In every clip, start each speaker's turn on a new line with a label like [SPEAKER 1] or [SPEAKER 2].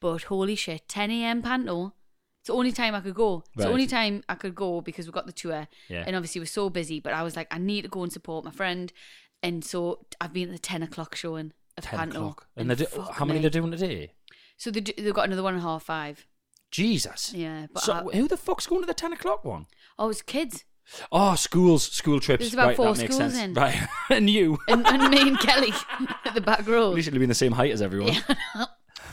[SPEAKER 1] But holy shit, 10 a.m. panto. It's the only time I could go. It's
[SPEAKER 2] Right.
[SPEAKER 1] the only time I could go because we got the tour,
[SPEAKER 2] Yeah.
[SPEAKER 1] and obviously we're so busy. But I was like, I need to go and support my friend, and so I've been at the 10 o'clock showing of
[SPEAKER 2] Ten
[SPEAKER 1] panto.
[SPEAKER 2] o'clock. And, they do,
[SPEAKER 1] fuck
[SPEAKER 2] how many
[SPEAKER 1] me.
[SPEAKER 2] they're doing today?
[SPEAKER 1] So they do, they've got another one at half five.
[SPEAKER 2] Jesus.
[SPEAKER 1] Yeah, but
[SPEAKER 2] so
[SPEAKER 1] I-
[SPEAKER 2] who the fuck's going to the ten o'clock one?
[SPEAKER 1] Oh, it's kids.
[SPEAKER 2] Oh, schools, school trips.
[SPEAKER 1] There's about
[SPEAKER 2] right,
[SPEAKER 1] four
[SPEAKER 2] that makes
[SPEAKER 1] schools
[SPEAKER 2] sense.
[SPEAKER 1] in.
[SPEAKER 2] Right, and you.
[SPEAKER 1] and, and me and Kelly at the back row.
[SPEAKER 2] At least you'll be in the same height as everyone.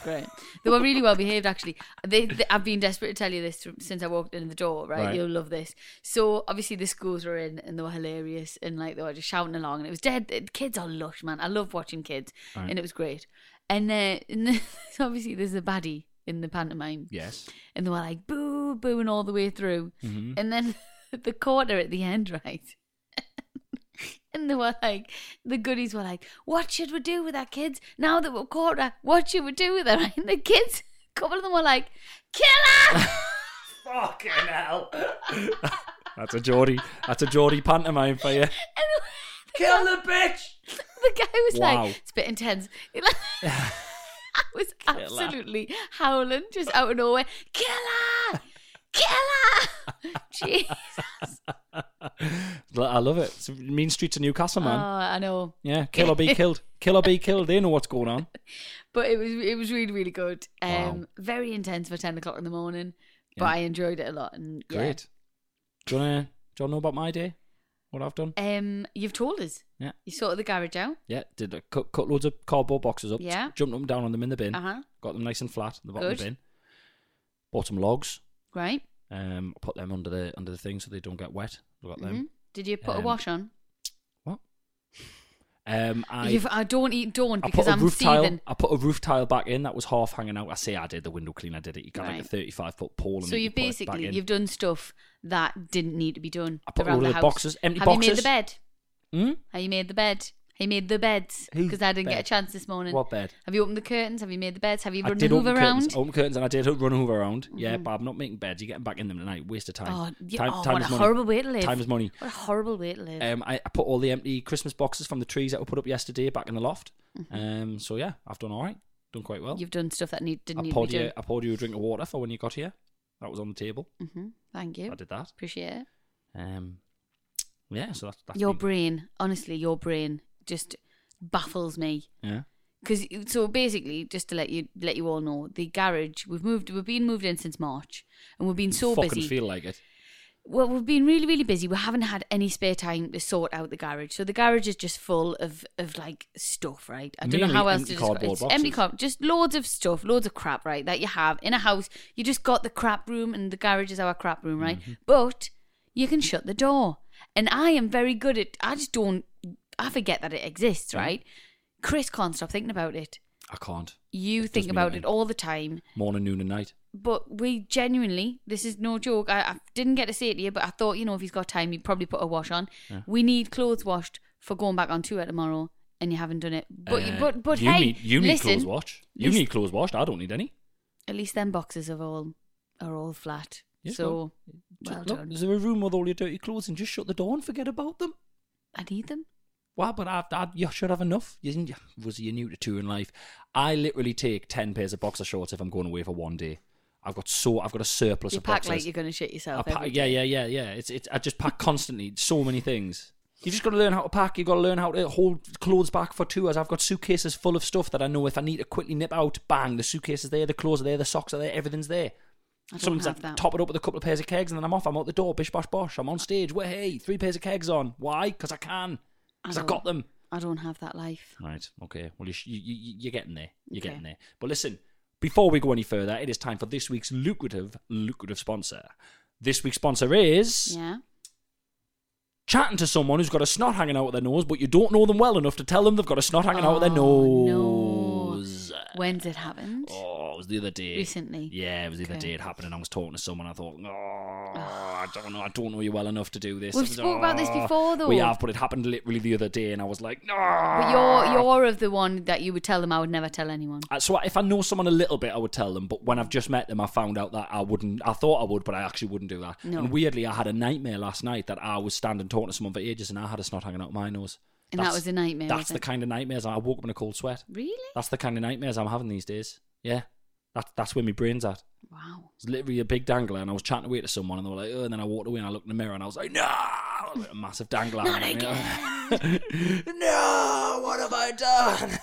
[SPEAKER 1] Great. They were really well behaved, actually. They, they, I've been desperate to tell you this since I walked in the door, right?
[SPEAKER 2] Right.
[SPEAKER 1] You'll love this. So, obviously, the schools were in and they were hilarious and like they were just shouting along. And it was dead. the Kids are lush, man. I love watching kids
[SPEAKER 2] Right.
[SPEAKER 1] and it was great. And, uh, and so obviously, there's a baddie in the pantomime
[SPEAKER 2] Yes.
[SPEAKER 1] and they were like boo, booing all the way through.
[SPEAKER 2] Mm-hmm.
[SPEAKER 1] And then the quarter at the end, right? and they were like, the goodies were like, what should we do with our kids now that we're quarter? What should we do with them? And the kids, a couple of them were like, kill her!
[SPEAKER 2] Fucking hell. That's a Geordie. That's a Geordie pantomime for you. Kill the bitch.
[SPEAKER 1] the guy was
[SPEAKER 2] Wow.
[SPEAKER 1] like, it's a bit intense. He like- I was
[SPEAKER 2] her.
[SPEAKER 1] absolutely howling just out of nowhere, kill her! Kill her! Jeez.
[SPEAKER 2] I love it. It's mean streets of Newcastle, man.
[SPEAKER 1] Oh, I know.
[SPEAKER 2] yeah, kill or be killed. Kill or be killed. They know what's going on.
[SPEAKER 1] but it was it was really really good. Um,
[SPEAKER 2] Wow.
[SPEAKER 1] very intense for ten o'clock in the morning, but
[SPEAKER 2] Yeah.
[SPEAKER 1] I enjoyed it a lot. And yeah.
[SPEAKER 2] Great. Do you wanna? Do you wanna know about my day? What I've done?
[SPEAKER 1] Um, you've told us.
[SPEAKER 2] Yeah.
[SPEAKER 1] You sorted the garage out.
[SPEAKER 2] Yeah, did a, cut cut loads of cardboard boxes up.
[SPEAKER 1] Yeah.
[SPEAKER 2] Jumped them down on them in the bin.
[SPEAKER 1] Uh huh.
[SPEAKER 2] Got them nice and flat in the bottom of the
[SPEAKER 1] Good.
[SPEAKER 2] bin. Bought some logs.
[SPEAKER 1] Right.
[SPEAKER 2] Um, put them under the under the thing so they don't get wet. Got them.
[SPEAKER 1] Mhm. Did you put a
[SPEAKER 2] Um,
[SPEAKER 1] wash on?
[SPEAKER 2] What? Um, I
[SPEAKER 1] You've, I don't eat don't
[SPEAKER 2] I
[SPEAKER 1] because
[SPEAKER 2] put a
[SPEAKER 1] I'm
[SPEAKER 2] roof
[SPEAKER 1] seething.
[SPEAKER 2] tile. I put a roof tile back in that was half hanging out. I say I did the window cleaner. did it. You got like
[SPEAKER 1] Right.
[SPEAKER 2] a thirty-five foot pole. And
[SPEAKER 1] So you've
[SPEAKER 2] put it back
[SPEAKER 1] basically
[SPEAKER 2] in.
[SPEAKER 1] you've done stuff that didn't need to be done
[SPEAKER 2] I put
[SPEAKER 1] around
[SPEAKER 2] all
[SPEAKER 1] the
[SPEAKER 2] of the
[SPEAKER 1] house.
[SPEAKER 2] boxes- empty
[SPEAKER 1] Have you made the
[SPEAKER 2] boxes.
[SPEAKER 1] bed?
[SPEAKER 2] Hmm?
[SPEAKER 1] Have you made the bed? Have you made the beds?
[SPEAKER 2] Who
[SPEAKER 1] Because I didn't get a
[SPEAKER 2] bed?
[SPEAKER 1] chance this morning.
[SPEAKER 2] What bed?
[SPEAKER 1] Have you opened the curtains? Have you made the beds? Have you
[SPEAKER 2] I
[SPEAKER 1] run the
[SPEAKER 2] did
[SPEAKER 1] move
[SPEAKER 2] open
[SPEAKER 1] around? Mm-hmm.
[SPEAKER 2] curtains, open curtains, and I did run over around. Yeah, but I'm not making beds. You're getting back in them tonight. Waste of time.
[SPEAKER 1] Oh, yeah,
[SPEAKER 2] time,
[SPEAKER 1] oh,
[SPEAKER 2] time
[SPEAKER 1] what
[SPEAKER 2] is
[SPEAKER 1] a
[SPEAKER 2] money.
[SPEAKER 1] horrible way to live.
[SPEAKER 2] Time is money.
[SPEAKER 1] What a horrible way to live.
[SPEAKER 2] Um, I, I put all the empty Christmas boxes from the trees that were put up yesterday back in the loft. Um, so yeah, I've done all right. Done quite well.
[SPEAKER 1] Mm-hmm. You've done stuff that need, didn't
[SPEAKER 2] I
[SPEAKER 1] need to
[SPEAKER 2] poured
[SPEAKER 1] be
[SPEAKER 2] you.
[SPEAKER 1] done.
[SPEAKER 2] I poured you a drink of water for when you got here. That was on the table.
[SPEAKER 1] hmm Thank you.
[SPEAKER 2] I did that.
[SPEAKER 1] Appreciate it.
[SPEAKER 2] Um, yeah. So that's, that's
[SPEAKER 1] your
[SPEAKER 2] been-
[SPEAKER 1] brain, honestly, your brain just baffles me.
[SPEAKER 2] Yeah.
[SPEAKER 1] Because so basically, just to let you let you all know, the garage we've moved, we've been moved in since March, and we've been so
[SPEAKER 2] fucking
[SPEAKER 1] busy.
[SPEAKER 2] feel like it.
[SPEAKER 1] well, we've been really, really busy. We haven't had any spare time to sort out the garage. So the garage is just full of of like stuff, right? I don't know
[SPEAKER 2] Mainly
[SPEAKER 1] how else
[SPEAKER 2] empty
[SPEAKER 1] to describe it.
[SPEAKER 2] cardboard
[SPEAKER 1] It's empty
[SPEAKER 2] boxes.
[SPEAKER 1] cardboard, just loads of stuff, loads of crap, right? That you have in a house. You just got the crap room, and the garage is our crap room, right?
[SPEAKER 2] Mm-hmm.
[SPEAKER 1] But you can shut the door, and I am very good at. I just don't. I forget that it exists, right? Chris can't stop thinking about it.
[SPEAKER 2] I can't.
[SPEAKER 1] You
[SPEAKER 2] It
[SPEAKER 1] think
[SPEAKER 2] does mean
[SPEAKER 1] about
[SPEAKER 2] it.
[SPEAKER 1] it all the time.
[SPEAKER 2] Morning, noon, and night.
[SPEAKER 1] But we genuinely, this is no joke. I, I didn't get to say it to you, but I thought, you know, if he's got time, he'd probably put a wash on. We need clothes washed for going back on tour tomorrow, and you haven't done it. But you,
[SPEAKER 2] Uh,
[SPEAKER 1] but but
[SPEAKER 2] you
[SPEAKER 1] hey,
[SPEAKER 2] need you need
[SPEAKER 1] listen,
[SPEAKER 2] clothes washed. You
[SPEAKER 1] least-
[SPEAKER 2] need clothes washed. I don't need any.
[SPEAKER 1] At least them boxes are all are all flat.
[SPEAKER 2] Yeah,
[SPEAKER 1] so
[SPEAKER 2] Just
[SPEAKER 1] well
[SPEAKER 2] look,
[SPEAKER 1] done.
[SPEAKER 2] Is there a room with all your dirty clothes and just shut the door and forget about them?
[SPEAKER 1] I need them.
[SPEAKER 2] Well, but I, I, you should have enough. You, didn't- was you new to touring life? I literally take ten pairs of boxer shorts if I'm going away for one day. I've got so I've got a surplus
[SPEAKER 1] you
[SPEAKER 2] of
[SPEAKER 1] pack
[SPEAKER 2] boxers.
[SPEAKER 1] like you're going to shit
[SPEAKER 2] I
[SPEAKER 1] yourself.
[SPEAKER 2] pack-
[SPEAKER 1] every
[SPEAKER 2] yeah,
[SPEAKER 1] day.
[SPEAKER 2] yeah, yeah, yeah. It's it's. I just pack constantly. So many things. You just got to learn how to pack. You got to learn how to hold clothes back for tours. I've got suitcases full of stuff that I know if I need to quickly nip out, bang, the suitcase is there, the clothes are there, the socks are there, everything's there.
[SPEAKER 1] I don't
[SPEAKER 2] Sometimes
[SPEAKER 1] have
[SPEAKER 2] I
[SPEAKER 1] that.
[SPEAKER 2] top it up with a couple of pairs of kegs and then I'm off. I'm out the door, bish bosh bosh. I'm on stage. Well, hey, three pairs of kegs on. Why? Because I can. Because
[SPEAKER 1] I
[SPEAKER 2] I got
[SPEAKER 1] don't-
[SPEAKER 2] them.
[SPEAKER 1] I don't have that life.
[SPEAKER 2] Right. Okay. Well, you, sh- you, you you're getting there. You're
[SPEAKER 1] Okay.
[SPEAKER 2] getting there. But listen, before we go any further, it is time for this week's lucrative lucrative sponsor. This week's sponsor is
[SPEAKER 1] Yeah.
[SPEAKER 2] chatting to someone who's got a snot hanging out of their nose, but you don't know them well enough to tell them they've got a snot hanging out of their
[SPEAKER 1] Oh, no.
[SPEAKER 2] nose.
[SPEAKER 1] When's it happened?
[SPEAKER 2] Oh, it was the other day.
[SPEAKER 1] Recently?
[SPEAKER 2] Yeah, it was the other
[SPEAKER 1] Okay.
[SPEAKER 2] day it happened, and I was talking to someone. I thought, oh, I don't know, I don't know you well enough to do this.
[SPEAKER 1] We've
[SPEAKER 2] I was,
[SPEAKER 1] spoke about this
[SPEAKER 2] "Oh."
[SPEAKER 1] before, though.
[SPEAKER 2] We have, but it happened literally the other day, and I was like, no.
[SPEAKER 1] But you're you're of the one that you would tell them I would never tell anyone.
[SPEAKER 2] Uh, So if I know someone a little bit, I would tell them. But when I've just met them, I found out that I wouldn't. I thought I would, but I actually wouldn't do that.
[SPEAKER 1] No.
[SPEAKER 2] And weirdly, I had a nightmare last night that I was standing talking to someone for ages, and I had a snot hanging out my nose.
[SPEAKER 1] And that was a nightmare, was
[SPEAKER 2] That's the
[SPEAKER 1] it?
[SPEAKER 2] kind of nightmares I woke up in a cold sweat.
[SPEAKER 1] Really?
[SPEAKER 2] That's the kind of nightmares I'm having these days. Yeah, that's that's where my brain's at.
[SPEAKER 1] Wow.
[SPEAKER 2] It's literally a big dangler, and I was chatting away to someone, and they were like, "Oh," and then I walked away and I looked in the mirror, and I was like, "No!" Like a massive dangler.
[SPEAKER 1] Not
[SPEAKER 2] And I- no, what have I done?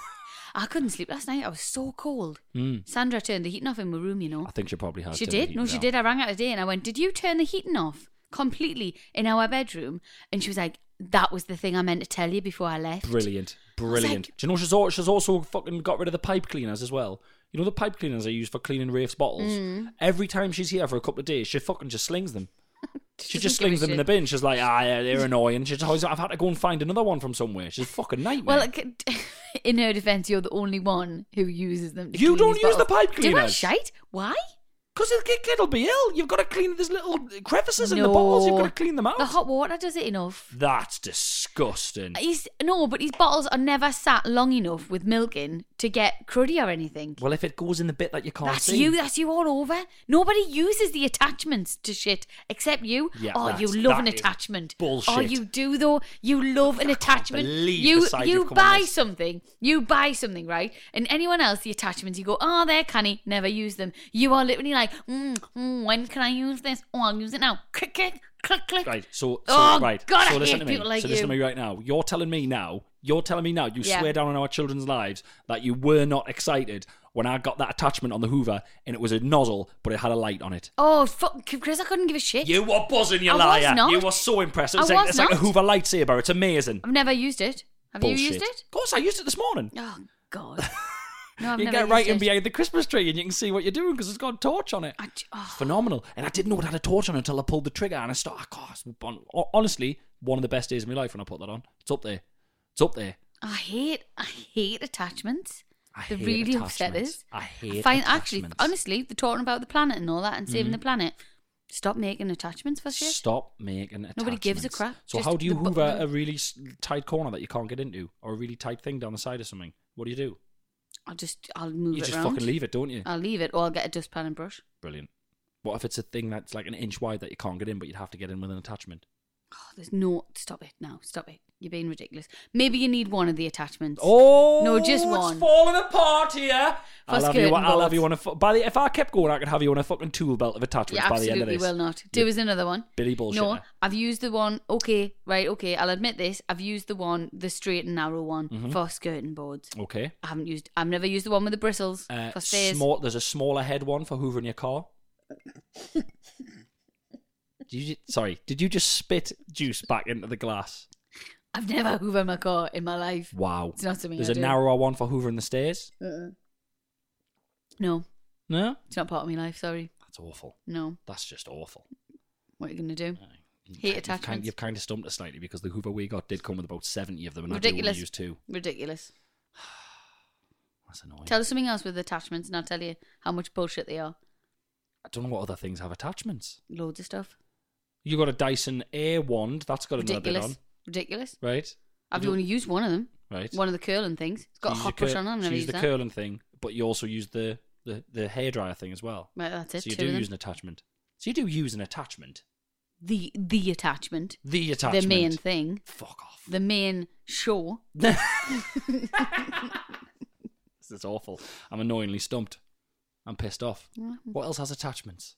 [SPEAKER 1] I couldn't sleep last night. I was so cold.
[SPEAKER 2] Hmm.
[SPEAKER 1] Sandra turned the heating off in my room. You know.
[SPEAKER 2] I think she probably has.
[SPEAKER 1] She
[SPEAKER 2] to
[SPEAKER 1] did.
[SPEAKER 2] eat
[SPEAKER 1] No, she
[SPEAKER 2] now.
[SPEAKER 1] did. I rang her today and I went, Did you turn the heating off completely in our bedroom? And she was like, That was the thing I meant to tell you before I left.
[SPEAKER 2] Brilliant, brilliant.
[SPEAKER 1] like-
[SPEAKER 2] Do you know she's also, she's also fucking got rid of the pipe cleaners as well? You know the pipe cleaners I use for cleaning Rafe's bottles.
[SPEAKER 1] Mm.
[SPEAKER 2] Every time she's here for a couple of days, she fucking just slings them. She, just
[SPEAKER 1] doesn't give
[SPEAKER 2] slings
[SPEAKER 1] a
[SPEAKER 2] them in the
[SPEAKER 1] shit.
[SPEAKER 2] bin. She's like, ah, yeah, they're annoying. She's always, I've had to go and find another one from somewhere. She's a fucking nightmare.
[SPEAKER 1] Well, it could- in her defense, you're the only one who uses them. to
[SPEAKER 2] You
[SPEAKER 1] clean
[SPEAKER 2] don't
[SPEAKER 1] these
[SPEAKER 2] use the
[SPEAKER 1] bottles.
[SPEAKER 2] pipe
[SPEAKER 1] Do I
[SPEAKER 2] cleaners.
[SPEAKER 1] shite? Why?
[SPEAKER 2] because the kid- kid'll be ill. You've got to clean these little crevices in the bottles. You've
[SPEAKER 1] No.
[SPEAKER 2] got to clean them out.
[SPEAKER 1] The hot water does it enough.
[SPEAKER 2] That's disgusting.
[SPEAKER 1] He's no, but his bottles are never sat long enough with milk in to get cruddy or anything.
[SPEAKER 2] Well, if it goes in the bit that you can't
[SPEAKER 1] That's
[SPEAKER 2] see,
[SPEAKER 1] you. That's you all over. Nobody uses the attachments to shit except you.
[SPEAKER 2] Yeah,
[SPEAKER 1] oh, you
[SPEAKER 2] that's-
[SPEAKER 1] love an
[SPEAKER 2] that is
[SPEAKER 1] attachment.
[SPEAKER 2] bullshit.
[SPEAKER 1] Oh, you do though. You love an attachment.
[SPEAKER 2] believe the
[SPEAKER 1] you
[SPEAKER 2] side
[SPEAKER 1] you
[SPEAKER 2] you've come on
[SPEAKER 1] buy
[SPEAKER 2] this.
[SPEAKER 1] something. You buy something, right? And anyone else, the attachments, you go, oh, they're canny. Never use them. You are literally like, mm, mm, when can I use this? Oh, I'll use it now. Click, click, click, click.
[SPEAKER 2] Right. So, so
[SPEAKER 1] Oh,
[SPEAKER 2] right.
[SPEAKER 1] God,
[SPEAKER 2] so
[SPEAKER 1] I
[SPEAKER 2] listen
[SPEAKER 1] hate
[SPEAKER 2] to me.
[SPEAKER 1] people like
[SPEAKER 2] so listen to
[SPEAKER 1] you.
[SPEAKER 2] me right now. You're telling me now. You're telling me now. You
[SPEAKER 1] Yeah.
[SPEAKER 2] swear down on our children's lives that you were not excited when I got that attachment on the Hoover and it was a nozzle, but it had a light on it.
[SPEAKER 1] Oh, fuck, Chris, I couldn't give a shit.
[SPEAKER 2] You were buzzing, you
[SPEAKER 1] I was
[SPEAKER 2] liar.
[SPEAKER 1] not.
[SPEAKER 2] You were so impressed. It
[SPEAKER 1] I
[SPEAKER 2] was like,
[SPEAKER 1] was
[SPEAKER 2] it's like a
[SPEAKER 1] not.
[SPEAKER 2] Hoover lightsaber. It's amazing.
[SPEAKER 1] I've never used it. Have you used it?
[SPEAKER 2] Of course, I used it this morning.
[SPEAKER 1] Oh God. No, I've
[SPEAKER 2] you
[SPEAKER 1] never
[SPEAKER 2] get right
[SPEAKER 1] used
[SPEAKER 2] in
[SPEAKER 1] it.
[SPEAKER 2] behind the Christmas tree and you can see what you're doing because it's got a torch on it.
[SPEAKER 1] I j- oh.
[SPEAKER 2] phenomenal. And I didn't know it had a torch on until I pulled the trigger and I started. Oh, it's bon- honestly, one of the best days of my life when I put that on. It's up there. It's up there.
[SPEAKER 1] I hate I hate attachments.
[SPEAKER 2] I
[SPEAKER 1] They
[SPEAKER 2] hate
[SPEAKER 1] really upset
[SPEAKER 2] attachments.
[SPEAKER 1] us.
[SPEAKER 2] I hate
[SPEAKER 1] actually
[SPEAKER 2] attachments. Mm-hmm.
[SPEAKER 1] honestly, they're talking about the planet and all that and saving the planet. Stop making attachments for shit.
[SPEAKER 2] Stop making attachments.
[SPEAKER 1] Nobody gives a crap.
[SPEAKER 2] So
[SPEAKER 1] Just
[SPEAKER 2] how do you
[SPEAKER 1] the bu-
[SPEAKER 2] hoover a really s- tight corner that you can't get into, or a really tight thing down the side of something? What do you do?
[SPEAKER 1] I'll just I'll move
[SPEAKER 2] you
[SPEAKER 1] it
[SPEAKER 2] just
[SPEAKER 1] around.
[SPEAKER 2] fucking leave it, don't you?
[SPEAKER 1] I'll leave it or I'll get a dustpan and brush.
[SPEAKER 2] Brilliant. What if it's a thing that's like an inch wide that you can't get in, but you'd have to get in with an attachment?
[SPEAKER 1] Oh, there's no stop it now. Stop it. You're being ridiculous. Maybe you need one of the attachments.
[SPEAKER 2] Oh
[SPEAKER 1] No, just one.
[SPEAKER 2] It's falling apart here.
[SPEAKER 1] For
[SPEAKER 2] I'll have you.
[SPEAKER 1] skirting
[SPEAKER 2] I'll have
[SPEAKER 1] boards.
[SPEAKER 2] you on a. fu- By the if I kept going, I could have you on a fucking tool belt of
[SPEAKER 1] you
[SPEAKER 2] attachments by the
[SPEAKER 1] absolutely
[SPEAKER 2] end of this.
[SPEAKER 1] will not. Do is another one.
[SPEAKER 2] Billy bullshit.
[SPEAKER 1] No,
[SPEAKER 2] there.
[SPEAKER 1] I've used the one. Okay, right. Okay, I'll admit this. I've used the one, the straight and narrow one
[SPEAKER 2] Mm-hmm.
[SPEAKER 1] for skirting boards.
[SPEAKER 2] Okay.
[SPEAKER 1] I haven't used. I've never used the one with the bristles
[SPEAKER 2] Uh,
[SPEAKER 1] for stairs.
[SPEAKER 2] small, there's a smaller head one for hoovering your car. did you, ju- sorry, did you just spit juice back into the glass?
[SPEAKER 1] I've never hoovered my car in my life.
[SPEAKER 2] Wow.
[SPEAKER 1] It's not something
[SPEAKER 2] There's
[SPEAKER 1] I
[SPEAKER 2] a
[SPEAKER 1] do.
[SPEAKER 2] narrower one for hoovering the stairs.
[SPEAKER 1] No,
[SPEAKER 2] No?
[SPEAKER 1] it's not part of my life. Sorry.
[SPEAKER 2] That's awful.
[SPEAKER 1] No.
[SPEAKER 2] That's just awful.
[SPEAKER 1] What are you gonna do?
[SPEAKER 2] You've
[SPEAKER 1] Heat
[SPEAKER 2] kind- you've kind-
[SPEAKER 1] attachments.
[SPEAKER 2] You've kind of stumped us slightly because the Hoover we got did come with about 70 of them and I do
[SPEAKER 1] Ridiculous.
[SPEAKER 2] only use two.
[SPEAKER 1] Ridiculous.
[SPEAKER 2] That's annoying.
[SPEAKER 1] Tell us something else with attachments, and I'll tell you how much bullshit they are.
[SPEAKER 2] I don't know what other things have attachments.
[SPEAKER 1] Loads of stuff.
[SPEAKER 2] You got a Dyson Air wand. That's got another bit on,
[SPEAKER 1] Ridiculous. Ridiculous.
[SPEAKER 2] right?
[SPEAKER 1] I've
[SPEAKER 2] You
[SPEAKER 1] only used one of them.
[SPEAKER 2] Right.
[SPEAKER 1] One of the curling things. It's got a
[SPEAKER 2] You use
[SPEAKER 1] hot
[SPEAKER 2] your
[SPEAKER 1] brush
[SPEAKER 2] cur-
[SPEAKER 1] on it. I've
[SPEAKER 2] so
[SPEAKER 1] never
[SPEAKER 2] you use
[SPEAKER 1] used
[SPEAKER 2] the
[SPEAKER 1] that.
[SPEAKER 2] curling thing, but you also use the the the hairdryer thing as well.
[SPEAKER 1] Right, that's it.
[SPEAKER 2] so you
[SPEAKER 1] two
[SPEAKER 2] do
[SPEAKER 1] of them.
[SPEAKER 2] use an attachment. So you do use an attachment.
[SPEAKER 1] the the attachment,
[SPEAKER 2] The attachment.
[SPEAKER 1] the main thing,
[SPEAKER 2] Fuck off.
[SPEAKER 1] the main show.
[SPEAKER 2] This is awful. I'm annoyingly stumped. I'm pissed off.
[SPEAKER 1] Mm-hmm.
[SPEAKER 2] What else has attachments?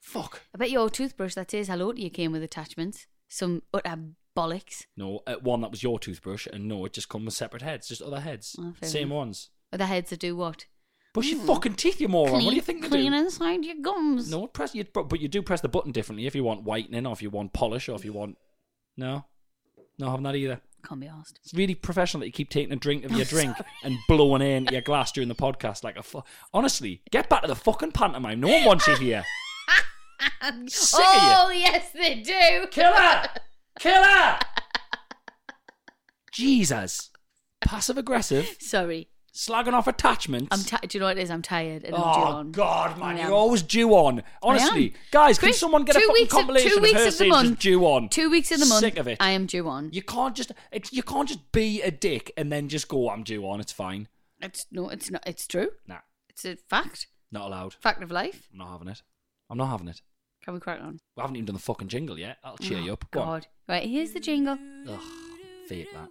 [SPEAKER 2] Fuck.
[SPEAKER 1] I bet your toothbrush that says hello to you came with attachments. Some utter bollocks.
[SPEAKER 2] No, uh, one that was your toothbrush, and no, it just come with separate heads, just other heads,
[SPEAKER 1] Oh, fair
[SPEAKER 2] same
[SPEAKER 1] enough.
[SPEAKER 2] ones.
[SPEAKER 1] The heads that do what?
[SPEAKER 2] Brush your fucking teeth, you moron.
[SPEAKER 1] Hmm. clean,
[SPEAKER 2] what do you think they
[SPEAKER 1] clean
[SPEAKER 2] do?
[SPEAKER 1] inside your gums.
[SPEAKER 2] No, press you, but but you do press the button differently if you want whitening, or if you want polish, or if you want no, no, haven't that either.
[SPEAKER 1] Can't be asked.
[SPEAKER 2] It's really professional that you keep taking a drink of your drink and blowing air into your glass during the podcast. Like a fu- honestly, get back to the fucking pantomime. No one wants you here. Sick of you.
[SPEAKER 1] oh yes, they do.
[SPEAKER 2] Killer! Killer! Jesus. Passive aggressive,
[SPEAKER 1] Sorry,
[SPEAKER 2] slagging off attachments.
[SPEAKER 1] I'm. Ti- do you know what it is? I'm tired and I'm due
[SPEAKER 2] Oh
[SPEAKER 1] on.
[SPEAKER 2] God, man!
[SPEAKER 1] I
[SPEAKER 2] You're
[SPEAKER 1] am.
[SPEAKER 2] always due on. Honestly, guys, can
[SPEAKER 1] Chris,
[SPEAKER 2] someone get a
[SPEAKER 1] two
[SPEAKER 2] fucking
[SPEAKER 1] weeks of- two
[SPEAKER 2] compilation of,
[SPEAKER 1] weeks
[SPEAKER 2] her
[SPEAKER 1] of the
[SPEAKER 2] saying she's
[SPEAKER 1] month.
[SPEAKER 2] due on?
[SPEAKER 1] Two weeks in the month.
[SPEAKER 2] Sick of it.
[SPEAKER 1] I am due on.
[SPEAKER 2] You can't just it's, you can't just be a dick and then just go. I'm due on. It's fine.
[SPEAKER 1] It's no, it's not. It's true.
[SPEAKER 2] Nah,
[SPEAKER 1] It's a fact.
[SPEAKER 2] not allowed.
[SPEAKER 1] Fact of life.
[SPEAKER 2] I'm not having it. I'm not having it.
[SPEAKER 1] Can we crack on?
[SPEAKER 2] We haven't even done the fucking jingle yet. I'll cheer you
[SPEAKER 1] Oh,
[SPEAKER 2] up. Go on.
[SPEAKER 1] God. Right, here's the jingle.
[SPEAKER 2] Ugh, fake that.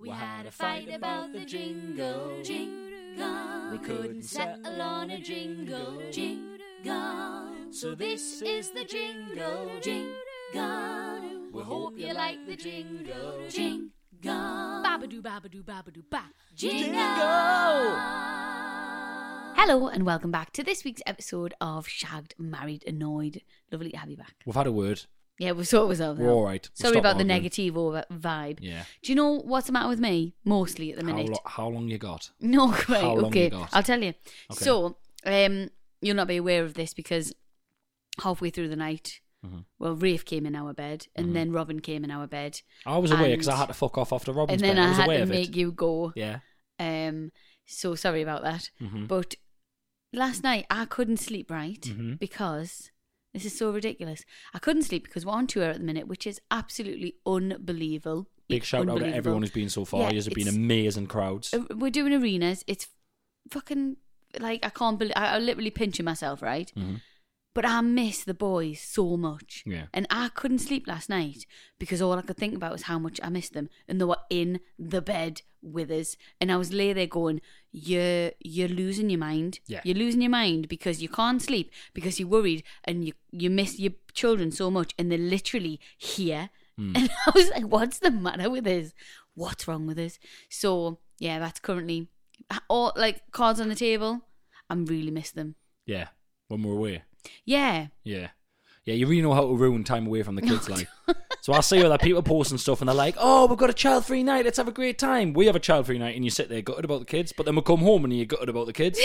[SPEAKER 3] We had a fight about the jingle, jingle. We couldn't settle on a jingle, jingle. So this is the jingle, jingle. We hope you like the jingle, jingle. Babadoo, babadoo, babadoo, ba. Jingle.
[SPEAKER 1] Hello and welcome back to this week's episode of Shagged, Married, Annoyed. Lovely to have you back.
[SPEAKER 2] We've had a word.
[SPEAKER 1] Yeah, we're sort of ourselves.
[SPEAKER 2] We're
[SPEAKER 1] out.
[SPEAKER 2] all right. We'll
[SPEAKER 1] Sorry
[SPEAKER 2] stop
[SPEAKER 1] about the
[SPEAKER 2] arguing.
[SPEAKER 1] negative over vibe.
[SPEAKER 2] Yeah.
[SPEAKER 1] Do you know what's the matter with me? Mostly at the
[SPEAKER 2] How,
[SPEAKER 1] minute.
[SPEAKER 2] lo- how long you got?
[SPEAKER 1] No, great.
[SPEAKER 2] How long
[SPEAKER 1] okay,
[SPEAKER 2] you got?
[SPEAKER 1] I'll tell you.
[SPEAKER 2] Okay.
[SPEAKER 1] So, um, you'll not be aware of this because halfway through the night,
[SPEAKER 2] Mm-hmm.
[SPEAKER 1] well, Rafe came in our bed, and then Robin came in our bed,
[SPEAKER 2] I was away
[SPEAKER 1] And-
[SPEAKER 2] because I had to fuck off after Robin's
[SPEAKER 1] and then
[SPEAKER 2] bed. I
[SPEAKER 1] I
[SPEAKER 2] was
[SPEAKER 1] had
[SPEAKER 2] aware
[SPEAKER 1] to
[SPEAKER 2] of
[SPEAKER 1] make
[SPEAKER 2] it.
[SPEAKER 1] you go.
[SPEAKER 2] Yeah.
[SPEAKER 1] Um, so sorry about that.
[SPEAKER 2] Mhm.
[SPEAKER 1] But last night I couldn't sleep right
[SPEAKER 2] Mhm.
[SPEAKER 1] because this is so ridiculous. I couldn't sleep because we're on tour at the minute, which is absolutely unbelievable.
[SPEAKER 2] Big shout out to
[SPEAKER 1] Unbelievable.
[SPEAKER 2] everyone who's been so far.
[SPEAKER 1] Yeah,
[SPEAKER 2] Yours have been
[SPEAKER 1] it's-
[SPEAKER 2] amazing crowds.
[SPEAKER 1] Uh, We're doing arenas. It's fucking like I can't believe I, I'm literally pinching myself, right? But I miss the boys so much.
[SPEAKER 2] Yeah.
[SPEAKER 1] And I couldn't sleep last night because all I could think about was how much I missed them. And they were in the bed with us. And I was lay there going, You're you're losing your mind.
[SPEAKER 2] Yeah.
[SPEAKER 1] You're losing your mind because you can't sleep because you're worried and you you miss your children so much and they're literally here.
[SPEAKER 2] Hmm.
[SPEAKER 1] And I was like, What's the matter with us? What's wrong with us? So yeah, that's currently all like cards on the table. I'm really miss them.
[SPEAKER 2] Yeah, when we're away.
[SPEAKER 1] Yeah.
[SPEAKER 2] Yeah. Yeah, you really know how to ruin time away from the kids, like. So I see other people posting stuff and they're like, oh, we've got a child free night, let's have a great time. We have a child free night and you sit there gutted about the kids, but then we come home and you're gutted about the kids.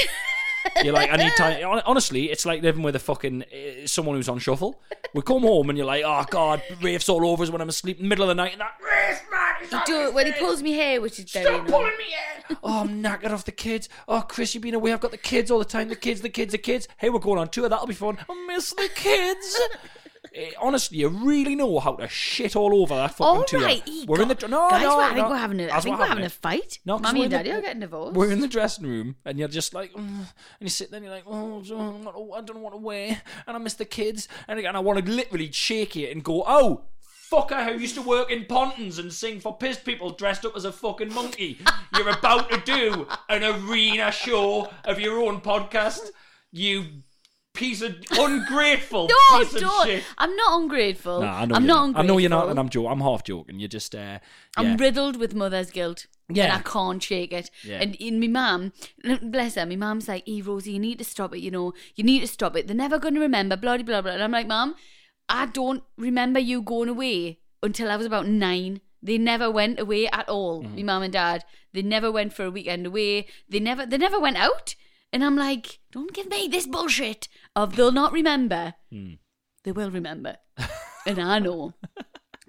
[SPEAKER 2] You're like, I need time. Hon- Honestly, it's like living with a fucking uh, someone who's on shuffle. We come home and you're like, oh, God, Rafe's all over us when I'm asleep in the middle of the night and that, Rafe, man, he's
[SPEAKER 1] He
[SPEAKER 2] not
[SPEAKER 1] do it when he pulls me hair, which is very
[SPEAKER 2] Stop
[SPEAKER 1] annoying.
[SPEAKER 2] pulling me in. Oh, I'm knackered off the kids. Oh, Chris, you've been away. I've got the kids all the time. The kids, the kids, the kids. Hey, we're going on tour. That'll be fun. I miss the kids. Eh, Honestly, you really know how to shit all over that fucking
[SPEAKER 1] All
[SPEAKER 2] tour.
[SPEAKER 1] right, he
[SPEAKER 2] we're in the
[SPEAKER 1] got-
[SPEAKER 2] dr- no,
[SPEAKER 1] guys,
[SPEAKER 2] no,
[SPEAKER 1] I think
[SPEAKER 2] no.
[SPEAKER 1] we're having a, I
[SPEAKER 2] That's
[SPEAKER 1] think
[SPEAKER 2] what
[SPEAKER 1] we're having a
[SPEAKER 2] happened.
[SPEAKER 1] fight.
[SPEAKER 2] No, 'cause
[SPEAKER 1] Mummy
[SPEAKER 2] we're
[SPEAKER 1] and
[SPEAKER 2] in the-
[SPEAKER 1] Daddy are getting divorced.
[SPEAKER 2] We're in the dressing room, and you're just like, mm, and you sit there, and you're like, oh, I don't know- I don't want to wear, and I miss the kids, and again, I want to literally shake it and go, oh. Fucker who used to work in Pontons and sing for pissed people dressed up as a fucking monkey. You're about to do an arena show of your own podcast. You piece of ungrateful
[SPEAKER 1] no,
[SPEAKER 2] piece of
[SPEAKER 1] Oh, don't.
[SPEAKER 2] shit.
[SPEAKER 1] I'm not ungrateful.
[SPEAKER 2] Nah, I know
[SPEAKER 1] I'm
[SPEAKER 2] you're
[SPEAKER 1] not
[SPEAKER 2] I
[SPEAKER 1] ungrateful.
[SPEAKER 2] know you're not, and I'm joking. I'm half joking. You're just, uh,
[SPEAKER 1] I'm
[SPEAKER 2] yeah.
[SPEAKER 1] riddled with mother's guilt.
[SPEAKER 2] Yeah.
[SPEAKER 1] And I can't shake it.
[SPEAKER 2] Yeah.
[SPEAKER 1] And in me mum, bless her, my mum's like, E Rosie, you need to stop it, you know. You need to stop it. They're never gonna remember, blah blah blah blah. And I'm like, Mum, I don't remember you going away until I was about nine. They never went away at all.
[SPEAKER 2] Mm-hmm.
[SPEAKER 1] My mum and dad. They never went for a weekend away. They never they never went out. And I'm like, don't give me this bullshit
[SPEAKER 2] Hmm.
[SPEAKER 1] of they'll not remember. They will remember. and I know.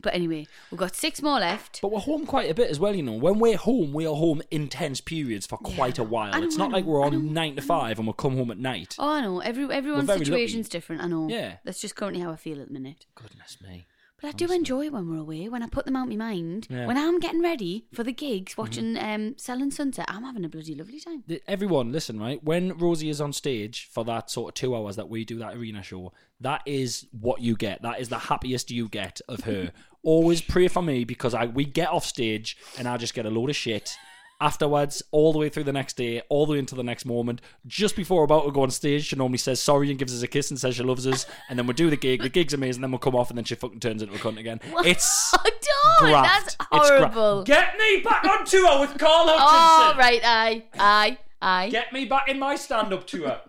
[SPEAKER 1] But anyway, we've got six more left.
[SPEAKER 2] But we're home quite a bit as well, you know. When we're home, we are home intense periods for quite a while.
[SPEAKER 1] I know,
[SPEAKER 2] It's
[SPEAKER 1] I
[SPEAKER 2] not
[SPEAKER 1] know,
[SPEAKER 2] like we're
[SPEAKER 1] I
[SPEAKER 2] on
[SPEAKER 1] know,
[SPEAKER 2] nine to five and we'll come home at night.
[SPEAKER 1] Oh, I know. Every everyone's
[SPEAKER 2] very
[SPEAKER 1] situation's
[SPEAKER 2] lucky.
[SPEAKER 1] different. I know.
[SPEAKER 2] Yeah.
[SPEAKER 1] That's just currently how I feel at the minute.
[SPEAKER 2] Goodness me.
[SPEAKER 1] But I do enjoy it when we're away. When I put them out my mind,
[SPEAKER 2] Yeah. Mm-hmm.
[SPEAKER 1] when I'm getting ready for the gigs, watching um, Selling Sunset, I'm having a bloody lovely time.
[SPEAKER 2] The- Everyone, listen, right? When Rosie is on stage for that sort of two hours that we do that arena show, that is what you get. That is the happiest you get of her. Always pray for me because I we get off stage and I just get a load of shit. Afterwards, all the way through the next day, all the way into the next moment, just before we're about to go on stage, she normally says sorry and gives us a kiss and says she loves us, and then we do the gig. The gig's amazing, then we'll come off, and then she fucking turns into a cunt again. It's
[SPEAKER 1] Don't!
[SPEAKER 2] graft.
[SPEAKER 1] Oh That's
[SPEAKER 2] It's gra-
[SPEAKER 1] horrible.
[SPEAKER 2] Get me back on tour with Carl Hutchinson.
[SPEAKER 1] oh, right, aye, aye, aye.
[SPEAKER 2] Get me back in my stand up tour.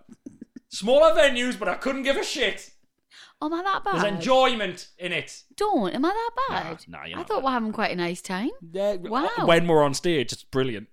[SPEAKER 2] Smaller venues, but I couldn't give a shit.
[SPEAKER 1] Oh, am I that bad?
[SPEAKER 2] There's enjoyment in it.
[SPEAKER 1] Don't. Am I that
[SPEAKER 2] Nah,
[SPEAKER 1] bad?
[SPEAKER 2] nah, you're
[SPEAKER 1] I
[SPEAKER 2] not
[SPEAKER 1] thought
[SPEAKER 2] bad.
[SPEAKER 1] we're having quite a nice time. Wow.
[SPEAKER 2] When we're on stage, it's brilliant.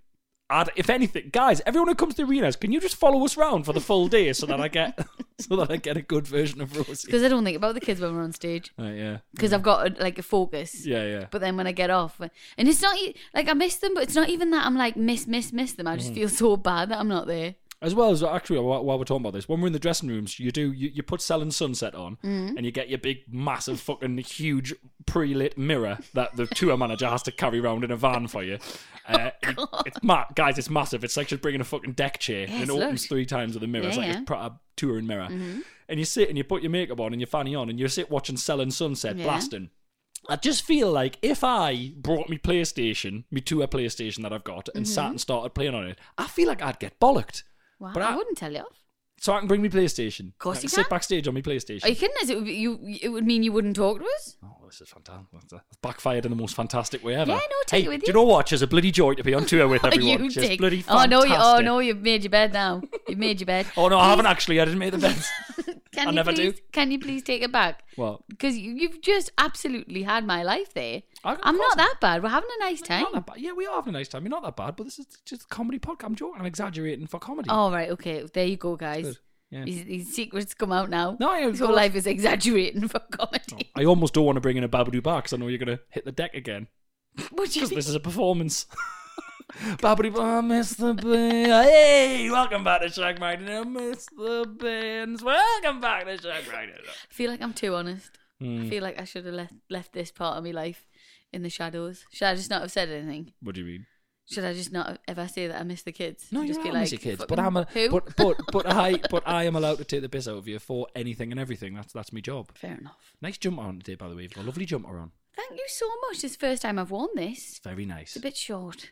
[SPEAKER 2] I'd, if anything, guys, everyone who comes to the arenas, can you just follow us round for the full day so that I get so that I get a good version of Rosie?
[SPEAKER 1] Because I don't think about the kids when we're on stage.
[SPEAKER 2] Right, yeah,
[SPEAKER 1] Because I've got a, like a focus.
[SPEAKER 2] yeah, yeah.
[SPEAKER 1] But then when I get off, and it's not e- like I miss them, but it's not even that I'm like miss, miss, miss them.
[SPEAKER 2] Mm.
[SPEAKER 1] I just feel so bad that I'm not there.
[SPEAKER 2] As well as actually, while, while we're talking about this, when we're in the dressing rooms, you do you, you put Selling Sunset on,
[SPEAKER 1] Mm.
[SPEAKER 2] and you get your big, massive, fucking huge pre-lit mirror that the tour manager has to carry around in a van for you. Uh,
[SPEAKER 1] Oh,
[SPEAKER 2] it's ma- guys, it's massive. It's like just bringing a fucking deck chair and it
[SPEAKER 1] Yes,
[SPEAKER 2] opens
[SPEAKER 1] look.
[SPEAKER 2] three times with a mirror. it's
[SPEAKER 1] Yeah,
[SPEAKER 2] like
[SPEAKER 1] yeah. Mm-hmm.
[SPEAKER 2] a proper touring mirror. And you sit and you put your makeup on and your fanny on and you sit watching Selling Sunset
[SPEAKER 1] Yeah.
[SPEAKER 2] blasting. I just feel like if I brought me PlayStation, me tour PlayStation that I've got, and
[SPEAKER 1] Mm-hmm.
[SPEAKER 2] sat and started playing on it, I feel like I'd get bollocked.
[SPEAKER 1] Wow,
[SPEAKER 2] But
[SPEAKER 1] I,
[SPEAKER 2] I-
[SPEAKER 1] wouldn't tell you off.
[SPEAKER 2] So I can bring me PlayStation. Of
[SPEAKER 1] course
[SPEAKER 2] I
[SPEAKER 1] you
[SPEAKER 2] Sit
[SPEAKER 1] can.
[SPEAKER 2] backstage on my PlayStation.
[SPEAKER 1] Are you kidding us? It would, be, you, it would mean you wouldn't talk to us?
[SPEAKER 2] Oh, this is fantastic. That's a- backfired in the most fantastic way ever.
[SPEAKER 1] Yeah, no, take
[SPEAKER 2] hey,
[SPEAKER 1] it with
[SPEAKER 2] do you
[SPEAKER 1] you.
[SPEAKER 2] know what? She's a bloody joy to be on tour with everyone.
[SPEAKER 1] you
[SPEAKER 2] She's
[SPEAKER 1] dick.
[SPEAKER 2] bloody
[SPEAKER 1] oh,
[SPEAKER 2] fantastic.
[SPEAKER 1] no, you, oh, no, you've made your bed now. You've made your bed.
[SPEAKER 2] Oh, no, I
[SPEAKER 1] Please-
[SPEAKER 2] haven't actually. I didn't make the bed.
[SPEAKER 1] Can
[SPEAKER 2] I
[SPEAKER 1] you
[SPEAKER 2] never do.
[SPEAKER 1] please, Can you please take it back?
[SPEAKER 2] What?
[SPEAKER 1] Because you, you've just absolutely had my life there.
[SPEAKER 2] I- of
[SPEAKER 1] I'm
[SPEAKER 2] course
[SPEAKER 1] not that bad. We're having a nice
[SPEAKER 2] Not
[SPEAKER 1] time.
[SPEAKER 2] that bad. Yeah, we are having a nice time. You're not that bad, but this is just a comedy podcast. I'm joking. I'm exaggerating for comedy.
[SPEAKER 1] All right, okay. There you go, guys.
[SPEAKER 2] Good. Yeah.
[SPEAKER 1] These, these secrets come out now.
[SPEAKER 2] No, yeah, of
[SPEAKER 1] His whole
[SPEAKER 2] course.
[SPEAKER 1] life is exaggerating for comedy.
[SPEAKER 2] I almost don't want to bring in a Babadook back because I know you're going to hit the deck again
[SPEAKER 1] What do you
[SPEAKER 2] because
[SPEAKER 1] think?
[SPEAKER 2] this is a performance. Babadook, I oh, miss the band. Hey, welcome back to Shag Magnet. I miss the bands. Welcome back to Shag Magnet.
[SPEAKER 1] I feel like I'm too honest.
[SPEAKER 2] Hmm.
[SPEAKER 1] I feel like I should have left, left this part of my life in the shadows. Should I just not have said anything?
[SPEAKER 2] What do you mean?
[SPEAKER 1] Should I just not ever say that I miss the kids?
[SPEAKER 2] No,
[SPEAKER 1] And
[SPEAKER 2] you're
[SPEAKER 1] just
[SPEAKER 2] not like, kids, but
[SPEAKER 1] "Fucking
[SPEAKER 2] I'm a,
[SPEAKER 1] who?"
[SPEAKER 2] but but but I but I am allowed to take the piss out of you for anything and everything. That's that's my job.
[SPEAKER 1] Fair enough.
[SPEAKER 2] Nice jumper on today, by the way. You've got a lovely jumper on.
[SPEAKER 1] Thank you so much. This is the first time I've worn this.
[SPEAKER 2] It's very nice.
[SPEAKER 1] It's a bit short.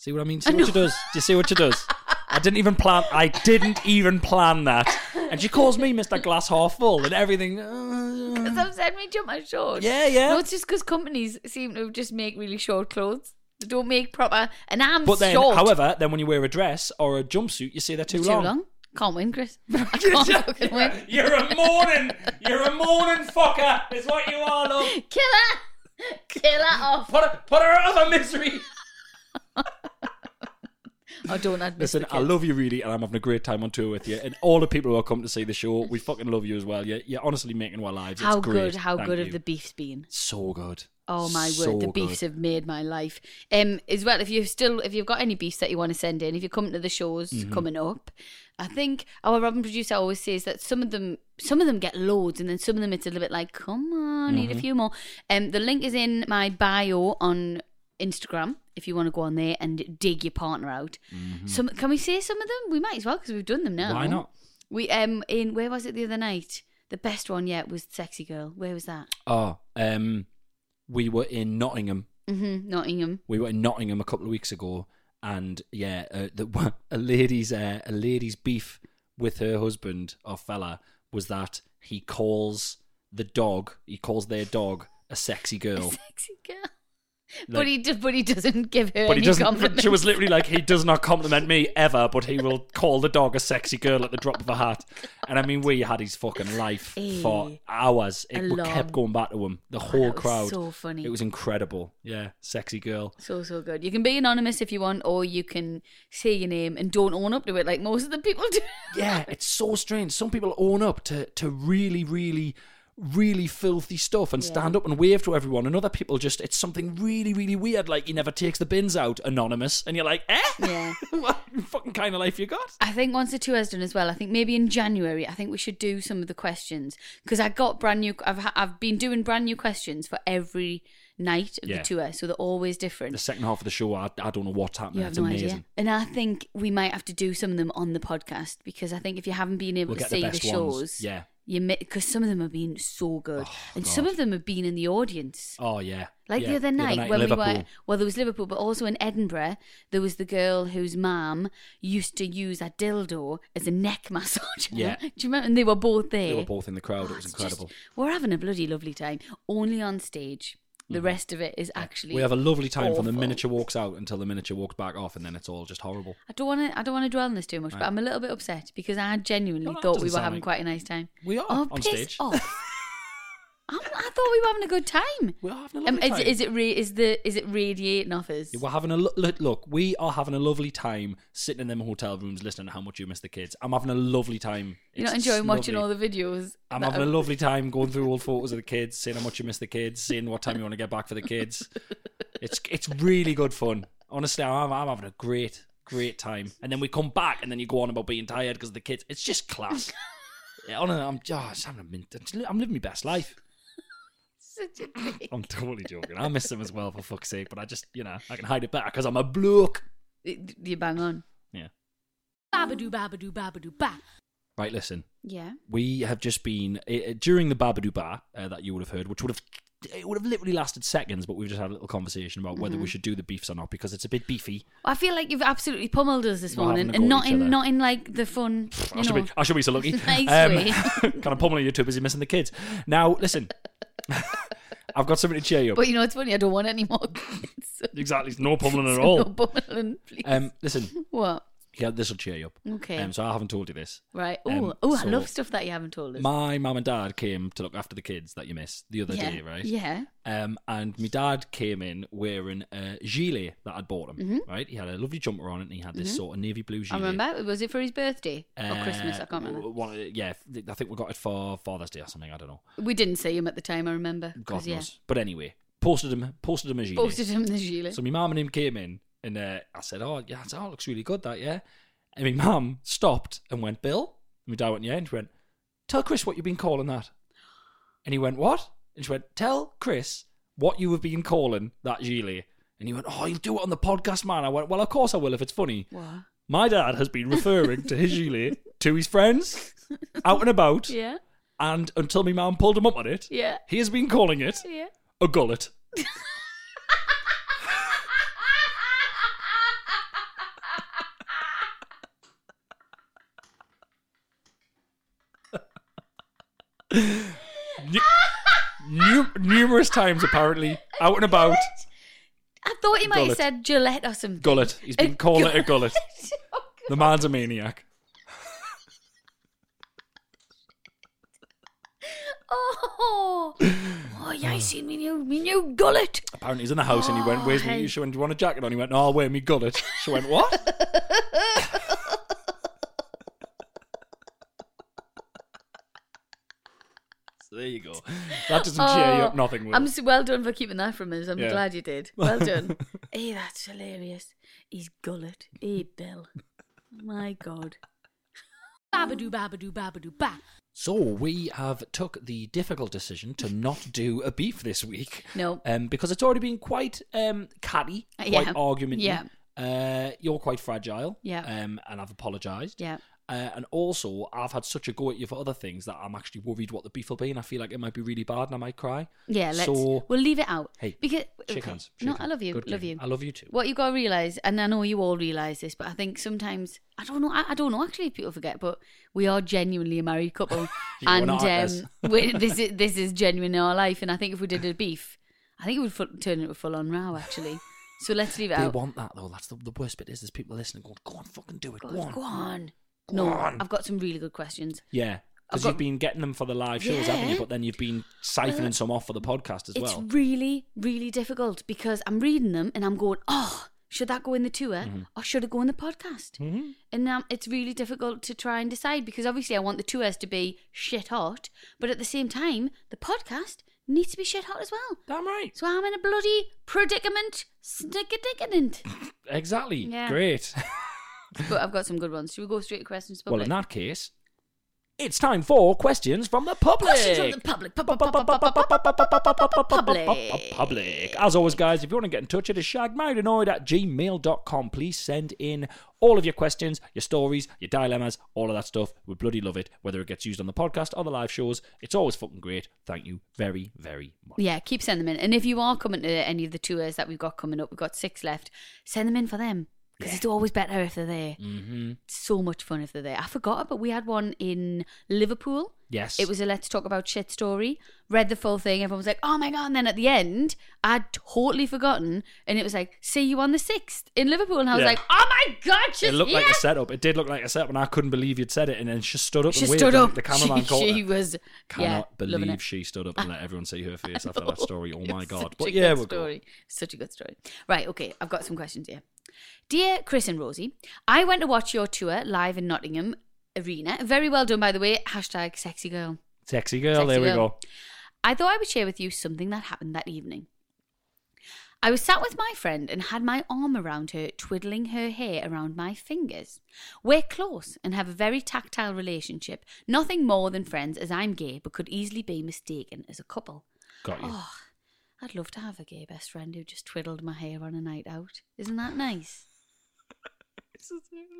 [SPEAKER 2] See what I mean? See
[SPEAKER 1] I
[SPEAKER 2] what
[SPEAKER 1] know.
[SPEAKER 2] she does. Do you see what she does? I didn't even plan. I didn't even plan that. And she calls me Mr. Glass Half Full and everything.
[SPEAKER 1] Because I've said me jumper short.
[SPEAKER 2] Mm. Yeah, yeah.
[SPEAKER 1] No, it's just because companies seem to just make really short clothes. They don't make proper. And I'm
[SPEAKER 2] But then,
[SPEAKER 1] short.
[SPEAKER 2] however, then when you wear a dress or a jumpsuit, you see they're too,
[SPEAKER 1] too long. Can't win, Chris. I can't fucking win.
[SPEAKER 2] You're a morning. You're a morning fucker. Is what you are, love.
[SPEAKER 1] Kill her! Kill her off!
[SPEAKER 2] Put her, put her out of her misery.
[SPEAKER 1] Oh, don't admit
[SPEAKER 2] Listen,
[SPEAKER 1] the kids.
[SPEAKER 2] I love you really, and I'm having a great time on tour with you. And all the people who have come to see the show, we fucking love you as well. You're, you're honestly making our lives.
[SPEAKER 1] How
[SPEAKER 2] it's great.
[SPEAKER 1] good, how
[SPEAKER 2] Thank
[SPEAKER 1] good
[SPEAKER 2] you.
[SPEAKER 1] have the beefs been?
[SPEAKER 2] So good.
[SPEAKER 1] Oh my
[SPEAKER 2] So
[SPEAKER 1] word, the
[SPEAKER 2] good.
[SPEAKER 1] beefs have made my life. Um, as well, if you've still, if you've got any beefs that you want to send in, if you're coming to the shows
[SPEAKER 2] Mm-hmm.
[SPEAKER 1] coming up, I think our Robin producer always says that some of them, some of them get loads, and then some of them it's a little bit like, come on, need
[SPEAKER 2] Mm-hmm.
[SPEAKER 1] a few more. Um, the link is in my bio on Instagram if you want to go on there and dig your partner out. Some can we say some of them? We might as well because we've done them now.
[SPEAKER 2] Mm-hmm. Why not?
[SPEAKER 1] We um in where was it the other night? The best one yet was sexy girl. Where was that?
[SPEAKER 2] Oh, um, we were in Nottingham.
[SPEAKER 1] hmm Nottingham.
[SPEAKER 2] We were in Nottingham a couple of weeks ago, and yeah, uh, the, a lady's uh, a lady's beef with her husband or fella was that he calls the dog, he calls their dog a sexy girl.
[SPEAKER 1] Sexy girl.
[SPEAKER 2] Like-
[SPEAKER 1] but he d- but he doesn't give her
[SPEAKER 2] But
[SPEAKER 1] any
[SPEAKER 2] he doesn't.
[SPEAKER 1] compliments.
[SPEAKER 2] She was literally like, he does not compliment me ever, but he will call the dog a sexy girl at the drop of a hat. And I mean, we had his fucking life for
[SPEAKER 1] Eh.
[SPEAKER 2] hours. It we
[SPEAKER 1] Alone.
[SPEAKER 2] kept going back to him. The whole
[SPEAKER 1] that was
[SPEAKER 2] crowd.
[SPEAKER 1] so funny.
[SPEAKER 2] It was incredible. Yeah, sexy girl.
[SPEAKER 1] so so good. You can be anonymous if you want, or you can say your name and don't own up to it like most of the people do.
[SPEAKER 2] Yeah, it's so strange. Some people own up to to really, really, really filthy stuff and stand up and wave to everyone. And other people just, it's something really, really weird. Like he never takes the bins out, anonymous. And you're like, eh?
[SPEAKER 1] Yeah.
[SPEAKER 2] what fucking kind of life you got?
[SPEAKER 1] I think once the tour is done as well, I think maybe in January, I think we should do some of the questions because I got brand new. I've ha- I've been doing brand new questions for every night of
[SPEAKER 2] Yeah.
[SPEAKER 1] the tour, so they're always different.
[SPEAKER 2] The second half of the show, I, I don't know what's happening.
[SPEAKER 1] You have
[SPEAKER 2] it's
[SPEAKER 1] no
[SPEAKER 2] amazing.
[SPEAKER 1] idea. And I think we might have to do some of them on the podcast because I think if you haven't been able
[SPEAKER 2] We'll
[SPEAKER 1] to
[SPEAKER 2] get
[SPEAKER 1] see
[SPEAKER 2] the
[SPEAKER 1] the,
[SPEAKER 2] best ones.
[SPEAKER 1] shows,
[SPEAKER 2] Yeah.
[SPEAKER 1] you because some of them have been so good, and some of them have been in the audience.
[SPEAKER 2] Oh, yeah.
[SPEAKER 1] Like
[SPEAKER 2] Oh, Yeah.
[SPEAKER 1] the other
[SPEAKER 2] in
[SPEAKER 1] night, when we were
[SPEAKER 2] Liverpool.
[SPEAKER 1] well, there was Liverpool, but also in Edinburgh, there was the girl whose mum used to use a dildo as a neck massage.
[SPEAKER 2] Yeah.
[SPEAKER 1] do you remember? And they were both there.
[SPEAKER 2] They were both in the crowd.
[SPEAKER 1] Oh,
[SPEAKER 2] it was
[SPEAKER 1] it's just-
[SPEAKER 2] incredible.
[SPEAKER 1] we're having a bloody lovely time, only on stage. The rest of it is actually
[SPEAKER 2] Mm-hmm. We have a lovely time from the
[SPEAKER 1] awful.
[SPEAKER 2] miniature walks out until the miniature walks back off, and then it's all just horrible.
[SPEAKER 1] I don't want to. I don't want to dwell on this too much, but
[SPEAKER 2] Right.
[SPEAKER 1] I'm a little bit upset because I genuinely
[SPEAKER 2] No, that
[SPEAKER 1] thought we
[SPEAKER 2] doesn't
[SPEAKER 1] were
[SPEAKER 2] sound
[SPEAKER 1] having
[SPEAKER 2] like-
[SPEAKER 1] quite a nice time.
[SPEAKER 2] We are
[SPEAKER 1] oh,
[SPEAKER 2] on
[SPEAKER 1] piss
[SPEAKER 2] stage.
[SPEAKER 1] Off. I, I thought we were having a good time.
[SPEAKER 2] We're having a
[SPEAKER 1] Um,
[SPEAKER 2] lovely
[SPEAKER 1] is,
[SPEAKER 2] time.
[SPEAKER 1] is it re- is the is it radiating off us?
[SPEAKER 2] We're having a lo- look, look. We are having a lovely time sitting in them hotel rooms, listening to how much you miss the kids. I'm having a lovely time.
[SPEAKER 1] You're not
[SPEAKER 2] It's
[SPEAKER 1] enjoying watching
[SPEAKER 2] lovely.
[SPEAKER 1] all the videos.
[SPEAKER 2] I'm
[SPEAKER 1] that
[SPEAKER 2] having a
[SPEAKER 1] are-
[SPEAKER 2] lovely time going through old photos of the kids, seeing how much you miss the kids, seeing what time you want to get back for the kids. It's it's really good fun. Honestly, I'm, I'm having a great great time. And then we come back, and then you go on about being tired because the kids. It's just class. yeah, honestly, I'm just having a mint. I'm living my best life.
[SPEAKER 1] Such a big-
[SPEAKER 2] I'm totally joking. I miss them as well for fuck's sake. But I just you know I can hide it better because I'm a bloke.
[SPEAKER 1] you bang on.
[SPEAKER 2] Yeah.
[SPEAKER 3] Babadoo, babadoo, babadoo, ba.
[SPEAKER 2] Right. Listen.
[SPEAKER 1] Yeah.
[SPEAKER 2] we have just been uh, during the Babadoo Bar uh, that you would have heard, which would have it would have literally lasted seconds, but we've just had a little conversation about whether we
[SPEAKER 1] Mm-hmm.
[SPEAKER 2] should do the beefs or not because it's a bit beefy.
[SPEAKER 1] I feel like you've absolutely pummeled us this
[SPEAKER 2] We're having a
[SPEAKER 1] morning, and
[SPEAKER 2] go at
[SPEAKER 1] not
[SPEAKER 2] each
[SPEAKER 1] in
[SPEAKER 2] other.
[SPEAKER 1] not in like the fun.
[SPEAKER 2] I
[SPEAKER 1] You
[SPEAKER 2] should,
[SPEAKER 1] know.
[SPEAKER 2] be, I should be so lucky. Um,
[SPEAKER 1] Nice way.
[SPEAKER 2] kind of pummeling you too busy missing the kids. Now listen, I've got something to cheer you up.
[SPEAKER 1] But you know, it's funny. I don't want any more.
[SPEAKER 2] Oh.
[SPEAKER 1] kids.
[SPEAKER 2] exactly, no pummeling at
[SPEAKER 1] So
[SPEAKER 2] all.
[SPEAKER 1] no pummeling, please.
[SPEAKER 2] um, listen,
[SPEAKER 1] what?
[SPEAKER 2] yeah, this will cheer you up.
[SPEAKER 1] Okay.
[SPEAKER 2] Um, so I haven't told you this.
[SPEAKER 1] Right.
[SPEAKER 2] um,
[SPEAKER 1] Oh, oh, I
[SPEAKER 2] so-
[SPEAKER 1] love stuff that you haven't told us.
[SPEAKER 2] My mum and dad came to look after the kids that you missed the other
[SPEAKER 1] yeah.
[SPEAKER 2] day, right?
[SPEAKER 1] Yeah.
[SPEAKER 2] Um, and my dad came in wearing a gilet that I'd bought him. Right, he had a lovely jumper on it, and he had this sort of navy blue
[SPEAKER 1] Mm-hmm. I
[SPEAKER 2] gilet.
[SPEAKER 1] remember. Was it for his birthday or
[SPEAKER 2] Uh,
[SPEAKER 1] Christmas? I can't remember.
[SPEAKER 2] One, yeah, I think we got it for Father's Day or something. I don't know.
[SPEAKER 1] We didn't see him at the time. I remember. 'cause,
[SPEAKER 2] Uh, God
[SPEAKER 1] yeah,
[SPEAKER 2] knows. But anyway, posted him, posted him a gilet.
[SPEAKER 1] Posted him in the gilet.
[SPEAKER 2] So my mum and him came in, and uh, I said, "Oh, yeah, that looks really good, that yeah." And my mum stopped and went, "Bill," and my dad went, "Yeah," and she went, "Tell Chris what you've been calling that." And he went, "What?" And she went, "Tell Chris what you have been calling that gilet." And he went, "Oh, you'll do it on the podcast, man." I went, "Well, of course I will if it's funny."
[SPEAKER 1] What?
[SPEAKER 2] My dad has been referring to his gilet to his friends out and about,
[SPEAKER 1] Yeah.
[SPEAKER 2] and until my mum pulled him up on it,
[SPEAKER 1] Yeah.
[SPEAKER 2] he has been calling it
[SPEAKER 1] Yeah.
[SPEAKER 2] a gullet. Nu- nu- numerous times, apparently, out and about.
[SPEAKER 1] I thought he might have
[SPEAKER 2] Gullet.
[SPEAKER 1] said Gillette or something.
[SPEAKER 2] Gullet. He's been
[SPEAKER 1] A
[SPEAKER 2] calling it a gullet.
[SPEAKER 1] Oh,
[SPEAKER 2] The man's a maniac.
[SPEAKER 1] Oh, oh yeah, you seen me new, me new gullet.
[SPEAKER 2] Apparently, he's in the house and he went, Where's
[SPEAKER 1] Oh, hey.
[SPEAKER 2] me? She went, Do you want a jacket on? He went, No, I'll wear me gullet. She went, What? so there you go. That doesn't cheer you up,
[SPEAKER 1] Oh,
[SPEAKER 2] nothing will.
[SPEAKER 1] I'm s- well done for keeping that from us. I'm
[SPEAKER 2] Yeah.
[SPEAKER 1] glad you did. Well done. hey, that's hilarious. He's gullet. Hey, Bill. My God.
[SPEAKER 3] Babadoo, babadoo, babadoo, ba.
[SPEAKER 2] So we have took the difficult decision to not do a beef this week.
[SPEAKER 1] No.
[SPEAKER 2] Um, because it's already been quite um catty,
[SPEAKER 1] Uh,
[SPEAKER 2] quite
[SPEAKER 1] yeah.
[SPEAKER 2] argumenty.
[SPEAKER 1] Yeah.
[SPEAKER 2] Uh, you're quite fragile.
[SPEAKER 1] Yeah.
[SPEAKER 2] Um, and I've apologised.
[SPEAKER 1] Yeah.
[SPEAKER 2] Uh, and also, I've had such a go at you for other things that I'm actually worried what the beef will be, and I feel like it might be really bad, and I might cry.
[SPEAKER 1] Yeah, let's.
[SPEAKER 2] So-
[SPEAKER 1] we'll leave it out.
[SPEAKER 2] Hey,
[SPEAKER 1] because
[SPEAKER 2] Shake
[SPEAKER 1] okay.
[SPEAKER 2] hands.
[SPEAKER 1] no,
[SPEAKER 2] shake
[SPEAKER 1] I
[SPEAKER 2] hands.
[SPEAKER 1] love you.
[SPEAKER 2] Good
[SPEAKER 1] love
[SPEAKER 2] game. I
[SPEAKER 1] you.
[SPEAKER 2] love you too.
[SPEAKER 1] What you gotta realise, and I know you all realise this, but I think sometimes I don't know. I, I don't know. Actually, if people forget, but we are genuinely a married couple,
[SPEAKER 2] Yeah, we're
[SPEAKER 1] and
[SPEAKER 2] not like this.
[SPEAKER 1] um, we, this is this is genuine in our life. And I think if we did a beef, I think it would fu- turn into a full on row. Actually, so let's leave it
[SPEAKER 2] They
[SPEAKER 1] out.
[SPEAKER 2] want that though. That's the, the worst bit is there's people listening going, "Go on, fucking do it. Go,
[SPEAKER 1] Go
[SPEAKER 2] on."
[SPEAKER 1] on. no, I've got some really good questions.
[SPEAKER 2] Yeah,
[SPEAKER 1] I've
[SPEAKER 2] because
[SPEAKER 1] got-
[SPEAKER 2] you've been getting them for the live shows, haven't you?
[SPEAKER 1] Yeah. Uh,
[SPEAKER 2] But then you've been siphoning some off for the podcast as
[SPEAKER 1] it's
[SPEAKER 2] well.
[SPEAKER 1] really, really difficult because I'm reading them and I'm going, oh, should that go in the tour
[SPEAKER 2] Mm-hmm.
[SPEAKER 1] or should it go in the podcast? And um, it's really difficult to try and decide because obviously I want the tours to be shit hot, but at the same time, the podcast needs to be shit hot as well.
[SPEAKER 2] Damn right.
[SPEAKER 1] So I'm in a bloody predicament, snickerdickament.
[SPEAKER 2] Exactly.
[SPEAKER 1] Yeah.
[SPEAKER 2] Great.
[SPEAKER 1] but I've got some good ones. Should we go straight to questions?
[SPEAKER 2] well, in that
[SPEAKER 1] public?
[SPEAKER 2] case, it's time for questions from the public.
[SPEAKER 1] Questions from the public. Pu- pu- pu- pu- pu- pu- pu- pu- pu- pu- pu- pu- public.
[SPEAKER 2] public. As always, guys, if you want to get in touch, it is shagmarriedannoyed at gmail.com. Please send in all of your questions, your stories, your dilemmas, all of that stuff. We bloody love it, whether it gets used on the podcast or the live shows. It's always fucking great. Thank you very, very much.
[SPEAKER 1] Yeah, keep sending them in. And if you are coming to any of the tours that we've got coming up, we've got six left, send them in for them. Because it's always better if they're there.
[SPEAKER 2] Mm-hmm.
[SPEAKER 1] It's so much fun if they're there. I forgot, but we had one in Liverpool.
[SPEAKER 2] Yes.
[SPEAKER 1] It was a Let's Talk About Shit story. Read the full thing. Everyone was like, oh my God. And then at the end, I'd totally forgotten. And it was like, see you on the 6th in Liverpool. And I was
[SPEAKER 2] Yeah.
[SPEAKER 1] like, oh my God, she's
[SPEAKER 2] It looked
[SPEAKER 1] here.
[SPEAKER 2] like a setup. It did look like a setup, and I couldn't believe you'd said it. And then she stood up
[SPEAKER 1] she
[SPEAKER 2] and waved.
[SPEAKER 1] stood
[SPEAKER 2] and
[SPEAKER 1] up.
[SPEAKER 2] The cameraman
[SPEAKER 1] she,
[SPEAKER 2] caught her.
[SPEAKER 1] she was yeah,
[SPEAKER 2] Cannot
[SPEAKER 1] loving
[SPEAKER 2] believe
[SPEAKER 1] it.
[SPEAKER 2] she stood up and let everyone see her face after that story. Oh
[SPEAKER 1] It
[SPEAKER 2] my
[SPEAKER 1] was
[SPEAKER 2] god!
[SPEAKER 1] Such a
[SPEAKER 2] But yeah,
[SPEAKER 1] good
[SPEAKER 2] we're good.
[SPEAKER 1] story. Such a good story. Right, okay, I've got some questions here. Dear Chris and Rosie, I went to watch your tour live in Nottingham Arena. Very well done, by the way. Hashtag sexy girl.
[SPEAKER 2] Sexy girl.
[SPEAKER 1] Sexy
[SPEAKER 2] there we
[SPEAKER 1] girl.
[SPEAKER 2] go.
[SPEAKER 1] I thought I would share with you something that happened that evening. I was sat with my friend and had my arm around her, twiddling her hair around my fingers. We're close and have a very tactile relationship, nothing more than friends as I'm gay but could easily be mistaken as a couple.
[SPEAKER 2] Got you.
[SPEAKER 1] Oh, I'd love to have a gay best friend who just twiddled my hair on a night out. Isn't that nice?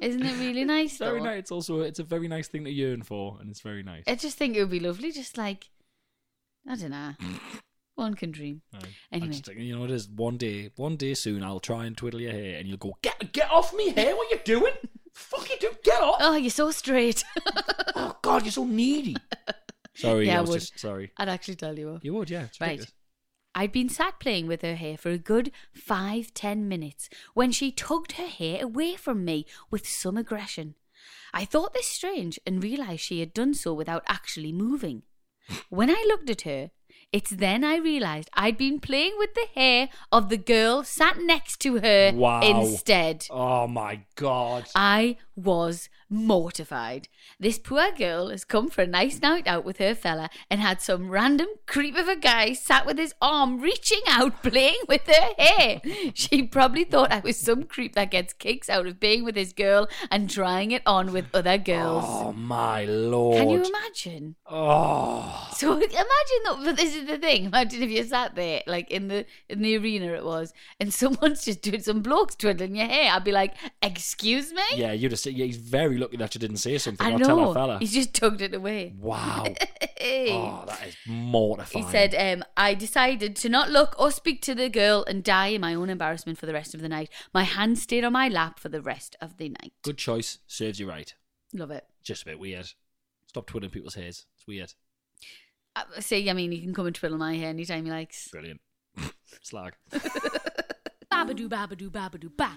[SPEAKER 1] Isn't it really nice?
[SPEAKER 2] It's very
[SPEAKER 1] though?
[SPEAKER 2] nice. It's also it's a very nice thing to yearn for, and it's very nice.
[SPEAKER 1] I just think it would be lovely, just like I don't know. One can dream.
[SPEAKER 2] Aye. I
[SPEAKER 1] Anyway.
[SPEAKER 2] just think, you know, it is one day, one day soon, I'll try and twiddle your hair, and you'll go, get get off me hair! What you doing? Fuck you, do get off!
[SPEAKER 1] Oh, you're so straight.
[SPEAKER 2] Oh God, you're so needy. Sorry,
[SPEAKER 1] Yeah, I
[SPEAKER 2] I was
[SPEAKER 1] would.
[SPEAKER 2] just sorry.
[SPEAKER 1] I'd actually tell you. off.
[SPEAKER 2] You would, yeah. It's
[SPEAKER 1] Right.
[SPEAKER 2] ridiculous.
[SPEAKER 1] I'd been sat playing with her hair for a good five, ten minutes when she tugged her hair away from me with some aggression. I thought this strange and realised she had done so without actually moving. When I looked at her, it's then I realised I'd been playing with the hair of the girl sat next to her
[SPEAKER 2] Wow.
[SPEAKER 1] instead.
[SPEAKER 2] Oh my God.
[SPEAKER 1] I was mortified. This poor girl has come for a nice night out with her fella and had some random creep of a guy sat with his arm reaching out, playing with her hair. She probably thought I was some creep that gets kicks out of being with his girl and trying it on with other girls.
[SPEAKER 2] Oh my lord.
[SPEAKER 1] Can you imagine?
[SPEAKER 2] Oh.
[SPEAKER 1] So imagine that. But this is the thing. Imagine if you sat there, like in the in the arena, it was, and someone's just doing some blokes twiddling your hair. I'd be like, "Excuse me."
[SPEAKER 2] Yeah, you'd have said, yeah, he's very lucky that you didn't say something.
[SPEAKER 1] I
[SPEAKER 2] I'll
[SPEAKER 1] know.
[SPEAKER 2] tell that fella.
[SPEAKER 1] He just tugged it away.
[SPEAKER 2] Wow.
[SPEAKER 1] Hey.
[SPEAKER 2] oh, that is mortifying.
[SPEAKER 1] he said, um, I decided to not look or speak to the girl and die in my own embarrassment for the rest of the night. My hand stayed on my lap for the rest of the night.
[SPEAKER 2] Good choice. Serves you right.
[SPEAKER 1] Love it.
[SPEAKER 2] Just a bit weird. Stop twiddling people's hairs. It's weird.
[SPEAKER 1] I, Uh, see, I mean, he can come and twiddle my hair anytime he likes.
[SPEAKER 2] Brilliant. Slag.
[SPEAKER 3] Babadoo, babadoo, babadoo, ba.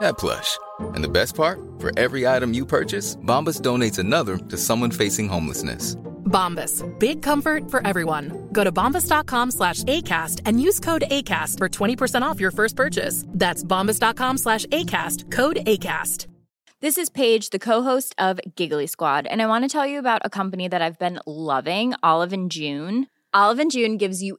[SPEAKER 4] that plush. And the best part? For every item you purchase, Bombas donates another to someone facing homelessness.
[SPEAKER 5] Bombas. Big comfort for everyone. Go to bombas.com slash ACAST and use code ACAST for 20% off your first purchase. That's bombas.com slash ACAST. Code ACAST.
[SPEAKER 6] This is Paige, the co-host of Giggly Squad, and I want to tell you about a company that I've been loving, Olive and June. Olive and June gives you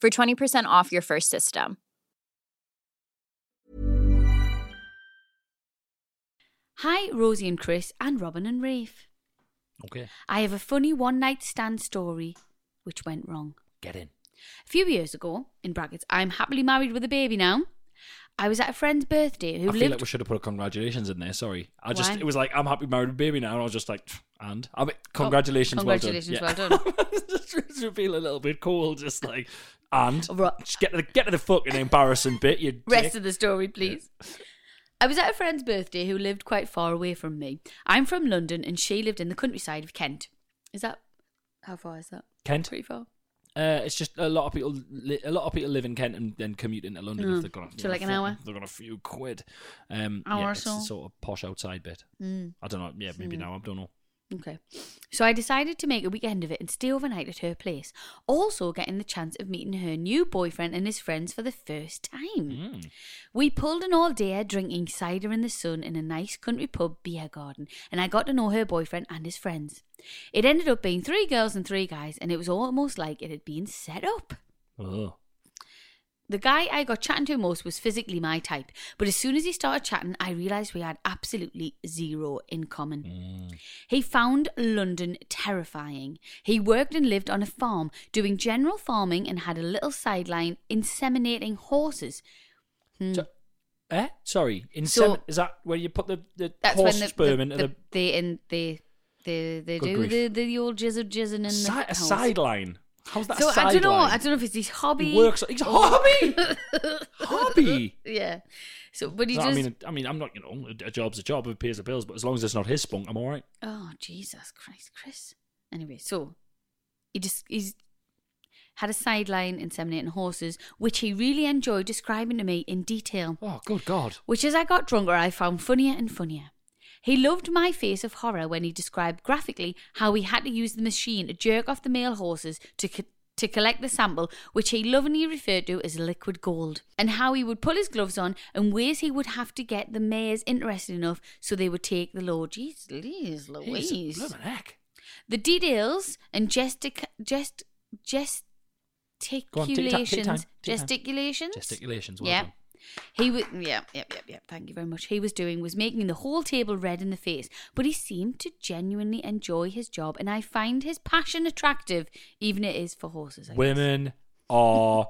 [SPEAKER 6] for 20% off your first system.
[SPEAKER 1] Hi, Rosie and Chris, and Robin and Rafe.
[SPEAKER 2] Okay.
[SPEAKER 1] I have a funny one night stand story which went wrong.
[SPEAKER 2] Get in.
[SPEAKER 1] A few years ago, in brackets, I'm happily married with a baby now. I was at a friend's birthday who
[SPEAKER 2] I feel
[SPEAKER 1] lived.
[SPEAKER 2] like we should have put a congratulations in there. Sorry, I just
[SPEAKER 1] Why? Oh,
[SPEAKER 2] it was like I'm happy married with baby now, and I was just like, "Pff, and I mean, congratulations,
[SPEAKER 1] congratulations,
[SPEAKER 2] well done.
[SPEAKER 1] well
[SPEAKER 2] well done. just to feel a little bit cold, just like and
[SPEAKER 1] Right.
[SPEAKER 2] just get to the get to the fucking embarrassing bit. You
[SPEAKER 1] Rest
[SPEAKER 2] dick.
[SPEAKER 1] of the story, please. I was at a friend's birthday who lived quite far away from me. I'm from London and she lived in the countryside of Kent. Is that how far is that?
[SPEAKER 2] Kent.
[SPEAKER 1] Pretty far.
[SPEAKER 2] Uh, it's just a lot of people. Li- a lot of people live in Kent and then commute into London
[SPEAKER 1] Mm.
[SPEAKER 2] if they've got a,
[SPEAKER 1] So like an hour?
[SPEAKER 2] They've got a few quid. Um,
[SPEAKER 1] Hour
[SPEAKER 2] yeah,
[SPEAKER 1] or
[SPEAKER 2] it's
[SPEAKER 1] so.
[SPEAKER 2] the sort of posh outside bit.
[SPEAKER 1] Mm.
[SPEAKER 2] I don't know. Yeah, maybe now I don't know.
[SPEAKER 1] Okay. So I decided to make a weekend of it and stay overnight at her place, also getting the chance of meeting her new boyfriend and his friends for the first time.
[SPEAKER 2] Mm.
[SPEAKER 1] We pulled an all day drinking cider in the sun in a nice country pub beer garden, and I got to know her boyfriend and his friends. It ended up being three girls and three guys, and it was almost like it had been set up.
[SPEAKER 2] Ugh.
[SPEAKER 1] The guy I got chatting to most was physically my type, but as soon as he started chatting, I realised we had absolutely zero in common. He found London terrifying. He worked and lived on a farm, doing general farming, and had a little sideline inseminating horses. Hmm.
[SPEAKER 2] So- Eh? Sorry. In
[SPEAKER 1] So-
[SPEAKER 2] is that where you put the, the
[SPEAKER 1] That's
[SPEAKER 2] horse
[SPEAKER 1] when the,
[SPEAKER 2] sperm
[SPEAKER 1] the,
[SPEAKER 2] into
[SPEAKER 1] the,
[SPEAKER 2] the,
[SPEAKER 1] they and they they they
[SPEAKER 2] Good
[SPEAKER 1] do
[SPEAKER 2] grief.
[SPEAKER 1] the, the old jizzard jizzing in the
[SPEAKER 2] Si- a
[SPEAKER 1] house.
[SPEAKER 2] sideline? How's that?
[SPEAKER 1] So
[SPEAKER 2] a sideline?
[SPEAKER 1] I don't know. I don't know if it's his hobby.
[SPEAKER 2] He works- he's a hobby! Hobby?
[SPEAKER 1] yeah. So, but he
[SPEAKER 2] No,
[SPEAKER 1] just.
[SPEAKER 2] I mean, I mean, I'm not. You know, a job's a job. It pays the bills. But as long as it's not his spunk, I'm all right.
[SPEAKER 1] Oh Jesus Christ, Chris. Anyway, so he just he's had a sideline inseminating horses, which he really enjoyed describing to me in detail.
[SPEAKER 2] Oh, good God!
[SPEAKER 1] Which as I got drunker I found funnier and funnier. He loved my face of horror when he described graphically how he had to use the machine to jerk off the male horses to co- to collect the sample, which he lovingly referred to as liquid gold, and how he would pull his gloves on and ways he would have to get the mares interested enough so they would take the load. Jeez, Louise,
[SPEAKER 2] He's a
[SPEAKER 1] Louise.
[SPEAKER 2] blooming heck.
[SPEAKER 1] The details and gestic gest
[SPEAKER 2] Go on, take your time, take your time,
[SPEAKER 1] gesticulations
[SPEAKER 2] take your time.
[SPEAKER 1] gesticulations
[SPEAKER 2] Gesticulations. Well
[SPEAKER 1] yeah.
[SPEAKER 2] done.
[SPEAKER 1] He was, yeah, yep, yep, yep. Thank you very much. He was doing was making the whole table red in the face, but he seemed to genuinely enjoy his job, and I find his passion attractive, even it is for horses. I guess.
[SPEAKER 2] Women are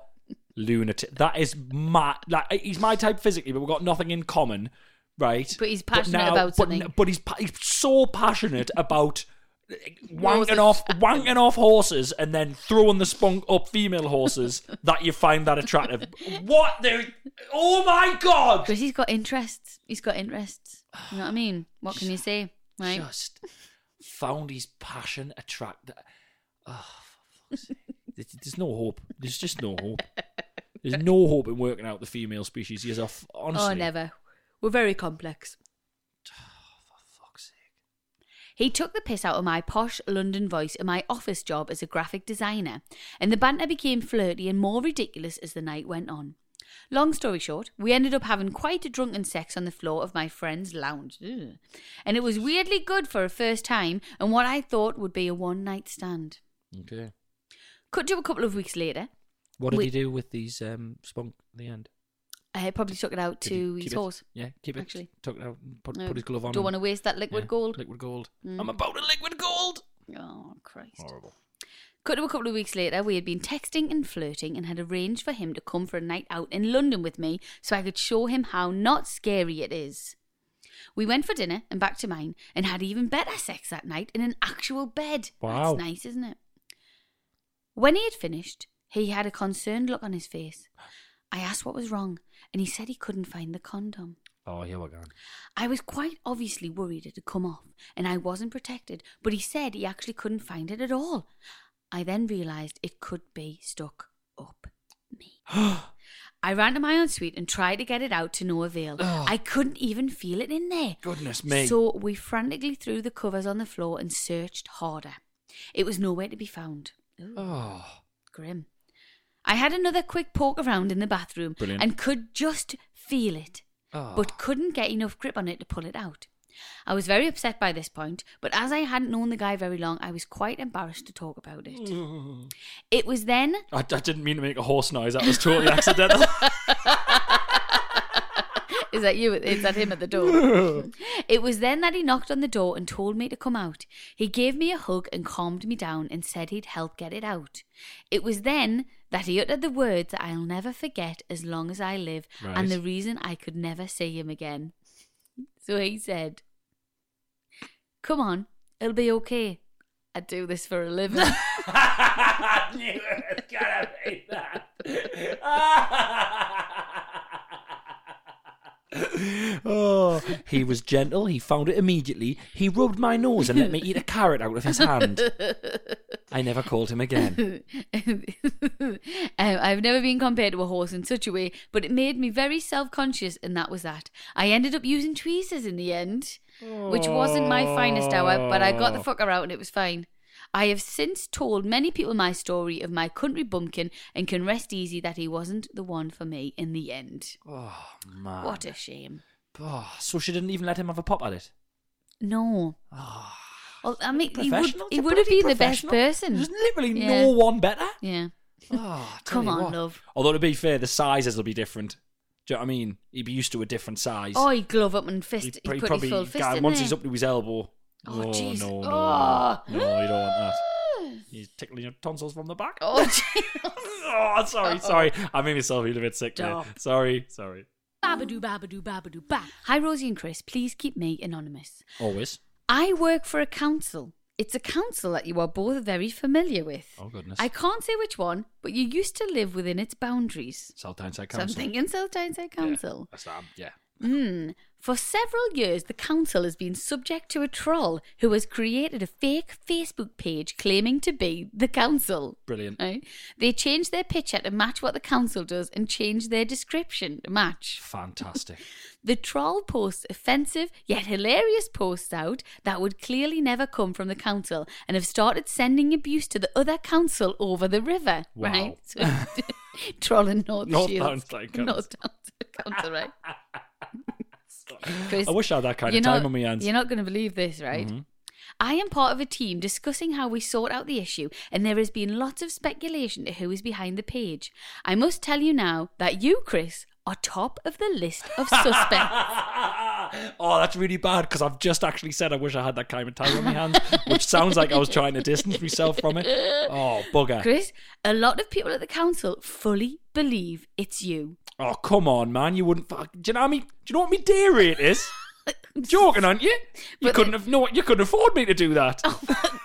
[SPEAKER 2] lunatic. That is my like. He's my type physically, but we've got nothing in common, right?
[SPEAKER 1] But he's passionate about
[SPEAKER 2] but,
[SPEAKER 1] something.
[SPEAKER 2] n- But he's pa- he's so passionate about
[SPEAKER 1] Horses.
[SPEAKER 2] wanking off wanking off horses and then throwing the spunk up female horses that you find that attractive. what the? Oh my god!
[SPEAKER 1] Chris, he's got interests. He's got interests. You know what I mean? What can you say? Right?
[SPEAKER 2] Just found his passion attractive. Oh, for fuck's sake. There's- there's no hope. There's just no hope. There's no hope in working out the female species. Yes, f- honestly.
[SPEAKER 1] oh, never. We're very complex.
[SPEAKER 2] Fuck's sake.
[SPEAKER 1] He took the piss out of my posh London voice and my office job as a graphic designer, and the banter became flirty and more ridiculous as the night went on. Long story short, we ended up having quite a drunken sex on the floor of my friend's lounge. Ugh. And it was weirdly good for a first time and what I thought would be a one night stand.
[SPEAKER 2] Okay.
[SPEAKER 1] Cut to a couple of weeks later.
[SPEAKER 2] What did
[SPEAKER 1] We-
[SPEAKER 2] he do with these um, spunk at the end?
[SPEAKER 1] I probably took it out
[SPEAKER 2] Did
[SPEAKER 1] to
[SPEAKER 2] he keep
[SPEAKER 1] his
[SPEAKER 2] it?
[SPEAKER 1] horse.
[SPEAKER 2] Yeah, keep it.
[SPEAKER 1] actually.
[SPEAKER 2] Took it out, and put,
[SPEAKER 1] No,
[SPEAKER 2] put his glove on.
[SPEAKER 1] Don't
[SPEAKER 2] and-
[SPEAKER 1] want to waste that liquid
[SPEAKER 2] yeah,
[SPEAKER 1] gold.
[SPEAKER 2] Liquid gold.
[SPEAKER 1] Mm.
[SPEAKER 2] I'm about a liquid gold.
[SPEAKER 1] oh, Christ.
[SPEAKER 2] Horrible.
[SPEAKER 1] Cut to a couple of weeks later, we had been texting and flirting and had arranged for him to come for a night out in London with me so I could show him how not scary it is. We went for dinner and back to mine and had even better sex that night in an actual bed.
[SPEAKER 2] Wow.
[SPEAKER 1] That's nice, isn't it? When he had finished, he had a concerned look on his face. I asked what was wrong, and he said he couldn't find the condom.
[SPEAKER 2] Oh, here we're going.
[SPEAKER 1] I was quite obviously worried it had come off and I wasn't protected, but he said he actually couldn't find it at all. I then realised it could be stuck up me. I ran to my ensuite and tried to get it out to no avail. I couldn't even feel it in there.
[SPEAKER 2] Goodness me.
[SPEAKER 1] So we frantically threw the covers on the floor and searched harder. It was nowhere to be found. Ooh,
[SPEAKER 2] Oh.
[SPEAKER 1] grim. I had another quick poke around in the bathroom
[SPEAKER 2] Brilliant.
[SPEAKER 1] and could just feel it
[SPEAKER 2] oh.
[SPEAKER 1] but couldn't get enough grip on it to pull it out. I was very upset by this point, but as I hadn't known the guy very long, I was quite embarrassed to talk about it. It was then
[SPEAKER 2] I, I didn't mean to make a horse noise. That was totally accidental.
[SPEAKER 1] Is that you? Is that him at the door? it was then that he knocked on the door and told me to come out. He gave me a hug and calmed me down and said he'd help get it out. It was then that he uttered the words that I'll never forget as long as I live
[SPEAKER 2] Right.
[SPEAKER 1] and the reason I could never see him again. So he said, Come on, it'll be okay. I do this for a living.
[SPEAKER 2] I knew it was gonna be that. oh, he was gentle. He found it immediately. He rubbed my nose and let me eat a carrot out of his hand. I never called him again.
[SPEAKER 1] Um, I've never been compared to a horse in such a way, but it made me very self conscious, and that was that. I ended up using tweezers in the end, which wasn't my finest hour, but I got the fucker out and it was fine. I have since told many people my story of my country bumpkin and can rest easy that he wasn't the one for me in the end.
[SPEAKER 2] Oh man!
[SPEAKER 1] What a shame.
[SPEAKER 2] Oh, so she didn't even let him have a pop at it.
[SPEAKER 1] No.
[SPEAKER 2] Oh,
[SPEAKER 1] Well, I mean, he would,
[SPEAKER 2] professional.
[SPEAKER 1] he
[SPEAKER 2] It's a
[SPEAKER 1] would have
[SPEAKER 2] bloody
[SPEAKER 1] been the best
[SPEAKER 2] professional.
[SPEAKER 1] person.
[SPEAKER 2] There's literally
[SPEAKER 1] Yeah.
[SPEAKER 2] no one better.
[SPEAKER 1] Yeah.
[SPEAKER 2] Oh, tell
[SPEAKER 1] Come
[SPEAKER 2] you
[SPEAKER 1] on,
[SPEAKER 2] what.
[SPEAKER 1] love.
[SPEAKER 2] Although to be fair, the sizes will be different. Do you know what I mean? He'd be used to a different size.
[SPEAKER 1] Oh, he'd glove up and fist.
[SPEAKER 2] He-
[SPEAKER 1] He'd,
[SPEAKER 2] he
[SPEAKER 1] put his full fist
[SPEAKER 2] God,
[SPEAKER 1] in
[SPEAKER 2] once
[SPEAKER 1] there.
[SPEAKER 2] he's up to his elbow.
[SPEAKER 1] Oh, jeez.
[SPEAKER 2] no, no,
[SPEAKER 1] Oh.
[SPEAKER 2] no, you don't want that. He's tickling your tonsils from the back.
[SPEAKER 1] Oh, jeez.
[SPEAKER 2] Oh, sorry, sorry. I made myself feel a bit sick there.
[SPEAKER 1] Stop.
[SPEAKER 2] Sorry, sorry.
[SPEAKER 3] Babadoo, babadoo, babadoo, ba.
[SPEAKER 1] Hi, Rosie and Chris. Please keep me anonymous.
[SPEAKER 2] Always.
[SPEAKER 1] I work for a council. It's a council that you are both very familiar with.
[SPEAKER 2] Oh, goodness.
[SPEAKER 1] I can't say which one, but you used to live within its boundaries.
[SPEAKER 2] South Tyneside
[SPEAKER 1] So I'm
[SPEAKER 2] Council.
[SPEAKER 1] thinking South Tyneside
[SPEAKER 2] Yeah,
[SPEAKER 1] Council.
[SPEAKER 2] that's that, yeah.
[SPEAKER 1] Hmm. For several years, the council has been subject to a troll who has created a fake Facebook page claiming to be the council.
[SPEAKER 2] Brilliant.
[SPEAKER 1] Right? They changed their picture to match what the council does and changed their description to match.
[SPEAKER 2] Fantastic.
[SPEAKER 1] The troll posts offensive yet hilarious posts out that would clearly never come from the council and have started sending abuse to the other council over the river.
[SPEAKER 2] Wow.
[SPEAKER 1] Right? So, trolling North,
[SPEAKER 2] North
[SPEAKER 1] Shields.
[SPEAKER 2] Downside Council.
[SPEAKER 1] North Downside Council, right? Chris,
[SPEAKER 2] I wish I had that kind
[SPEAKER 1] you're
[SPEAKER 2] of
[SPEAKER 1] not-
[SPEAKER 2] time on my hands. Mm-hmm.
[SPEAKER 1] You're not going to believe this, right? I am part of a team discussing how we sort out the issue, and there has been lots of speculation to who is behind the page. I must tell you now that you, Chris, are top of the list of suspects.
[SPEAKER 2] oh, that's really bad because I've just actually said I wish I had that kind of time on my hands, which sounds like I was trying to distance myself from it. Oh, bugger.
[SPEAKER 1] Chris, a lot of people at the council fully believe it's you.
[SPEAKER 2] Oh, come on, man. You wouldn't. Fuck, do you know what I mean? Do you know what my day rate is? Joking, aren't you? You
[SPEAKER 1] But
[SPEAKER 2] couldn't
[SPEAKER 1] then-
[SPEAKER 2] have no. You couldn't afford me to do that.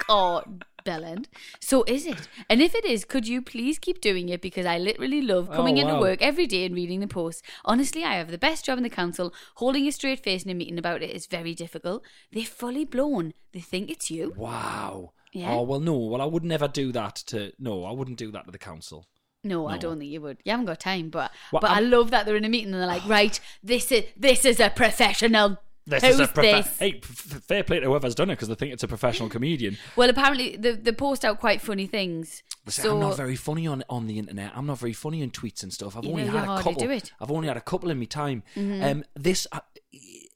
[SPEAKER 1] Oh my god, Bellend. So is it? And if it is, could you please keep doing it because I literally love coming
[SPEAKER 2] Oh,
[SPEAKER 1] into
[SPEAKER 2] wow.
[SPEAKER 1] work every day and reading the posts. Honestly, I have the best job in the council. Holding a straight face in a meeting about it is very difficult. They're fully blown. They think it's you.
[SPEAKER 2] Wow.
[SPEAKER 1] Yeah.
[SPEAKER 2] Oh well, no. Well, I would never do that to. No, I wouldn't do that to the council.
[SPEAKER 1] No, I
[SPEAKER 2] No.
[SPEAKER 1] don't think you would. You haven't got time, but
[SPEAKER 2] Well,
[SPEAKER 1] but i
[SPEAKER 2] I'm-
[SPEAKER 1] love that they're in a meeting and they're like, right, this is this is a professional.
[SPEAKER 2] This
[SPEAKER 1] Who's
[SPEAKER 2] is a profe-
[SPEAKER 1] this?
[SPEAKER 2] Hey, f- f- fair play to whoever's done it because they think it's a professional comedian.
[SPEAKER 1] Well, apparently the the post out quite funny things.
[SPEAKER 2] See,
[SPEAKER 1] so
[SPEAKER 2] I'm not very funny on, on the internet. I'm not very funny in tweets and stuff. I've
[SPEAKER 1] You
[SPEAKER 2] only
[SPEAKER 1] know you
[SPEAKER 2] had a
[SPEAKER 1] hardly
[SPEAKER 2] couple.
[SPEAKER 1] do it. Mm-hmm.
[SPEAKER 2] I've only had a couple in my time. Um, this uh,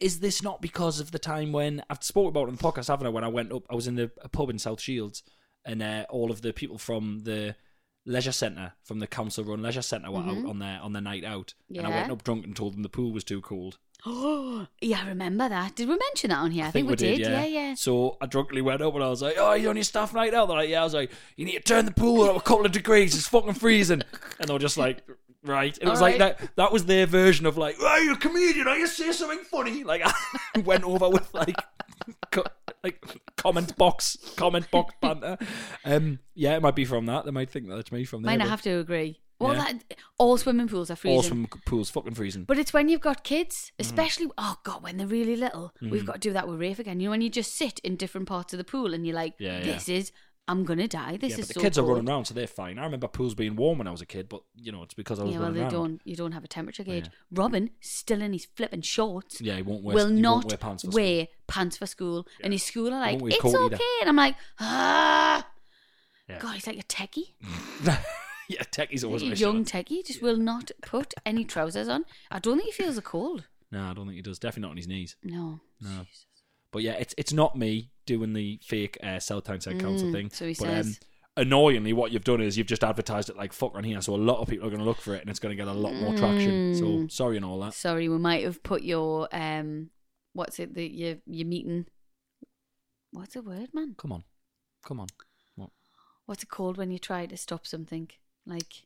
[SPEAKER 2] is this not because of the time when I've spoken about it on the podcast, haven't I? When I went up, I was in the a pub in South Shields, and uh, all of the people from the leisure centre, from the council run leisure centre, were out on their on their night out, and I
[SPEAKER 1] Mm-hmm. Yeah.
[SPEAKER 2] went up drunk and told them the pool was too cold.
[SPEAKER 1] Oh, yeah, I remember that. Did we mention that on here? I, Yeah, yeah.
[SPEAKER 2] So I drunkenly went up and I was like, "Oh, you're on your staff night out." They're like, "Yeah." I was like, "You need to turn the pool up a couple of degrees. It's fucking freezing." And they were just like, "Right." And it was
[SPEAKER 1] All
[SPEAKER 2] like that. That was their version of like, "Oh, you're a comedian. Are you say something funny?" Like I went over with like. co- like comment box, comment box banter. Um, yeah, it might be from that. They might think that it's me from there.
[SPEAKER 1] Might
[SPEAKER 2] but
[SPEAKER 1] not have to agree. Well,
[SPEAKER 2] Yeah.
[SPEAKER 1] that all swimming pools are freezing.
[SPEAKER 2] All Mm. from pools, fucking freezing.
[SPEAKER 1] But it's when you've got kids, especially oh god, when they're
[SPEAKER 2] Mm.
[SPEAKER 1] really little, we've got to do that with Rafe again. You know, when you just sit in different parts of the pool and you're like,
[SPEAKER 2] Yeah, yeah.
[SPEAKER 1] "This is I'm gonna die. This
[SPEAKER 2] yeah, but
[SPEAKER 1] is
[SPEAKER 2] the
[SPEAKER 1] so
[SPEAKER 2] kids are
[SPEAKER 1] cold.
[SPEAKER 2] running around, so they're fine. I remember pools being warm when I was a kid, but you know it's because I was
[SPEAKER 1] Yeah, well,
[SPEAKER 2] running
[SPEAKER 1] they
[SPEAKER 2] around. Oh,
[SPEAKER 1] don't. You don't have a temperature gauge. Robin, still in his flipping shorts,
[SPEAKER 2] Yeah, he won't wear.
[SPEAKER 1] will
[SPEAKER 2] he
[SPEAKER 1] not
[SPEAKER 2] won't wear pants for
[SPEAKER 1] wear pants for school. And his school are like,
[SPEAKER 2] Won't wear
[SPEAKER 1] "It's
[SPEAKER 2] coat
[SPEAKER 1] okay,"
[SPEAKER 2] either.
[SPEAKER 1] and I'm like, "Ah,
[SPEAKER 2] Yeah.
[SPEAKER 1] God, he's like a techie."
[SPEAKER 2] school. yeah, techie's always
[SPEAKER 1] a
[SPEAKER 2] my
[SPEAKER 1] young
[SPEAKER 2] shot.
[SPEAKER 1] techie just will not put any trousers on. I don't think he feels the cold.
[SPEAKER 2] No, I don't think he does. Definitely not on his knees.
[SPEAKER 1] No.
[SPEAKER 2] No. But yeah, it's it's not me doing the fake uh, Southtown Town Council
[SPEAKER 1] Mm,
[SPEAKER 2] thing.
[SPEAKER 1] so he
[SPEAKER 2] but, um,
[SPEAKER 1] says-
[SPEAKER 2] annoyingly, what you've done is you've just advertised it like fuck on here, so a lot of people are going to look for it, and it's going to get a lot more traction.
[SPEAKER 1] Mm.
[SPEAKER 2] So sorry and all that.
[SPEAKER 1] Sorry, we might have put your um, what's it that your your meeting? What's the word, man?
[SPEAKER 2] Come on, come on. What?
[SPEAKER 1] What's it called when you try to stop something? Like,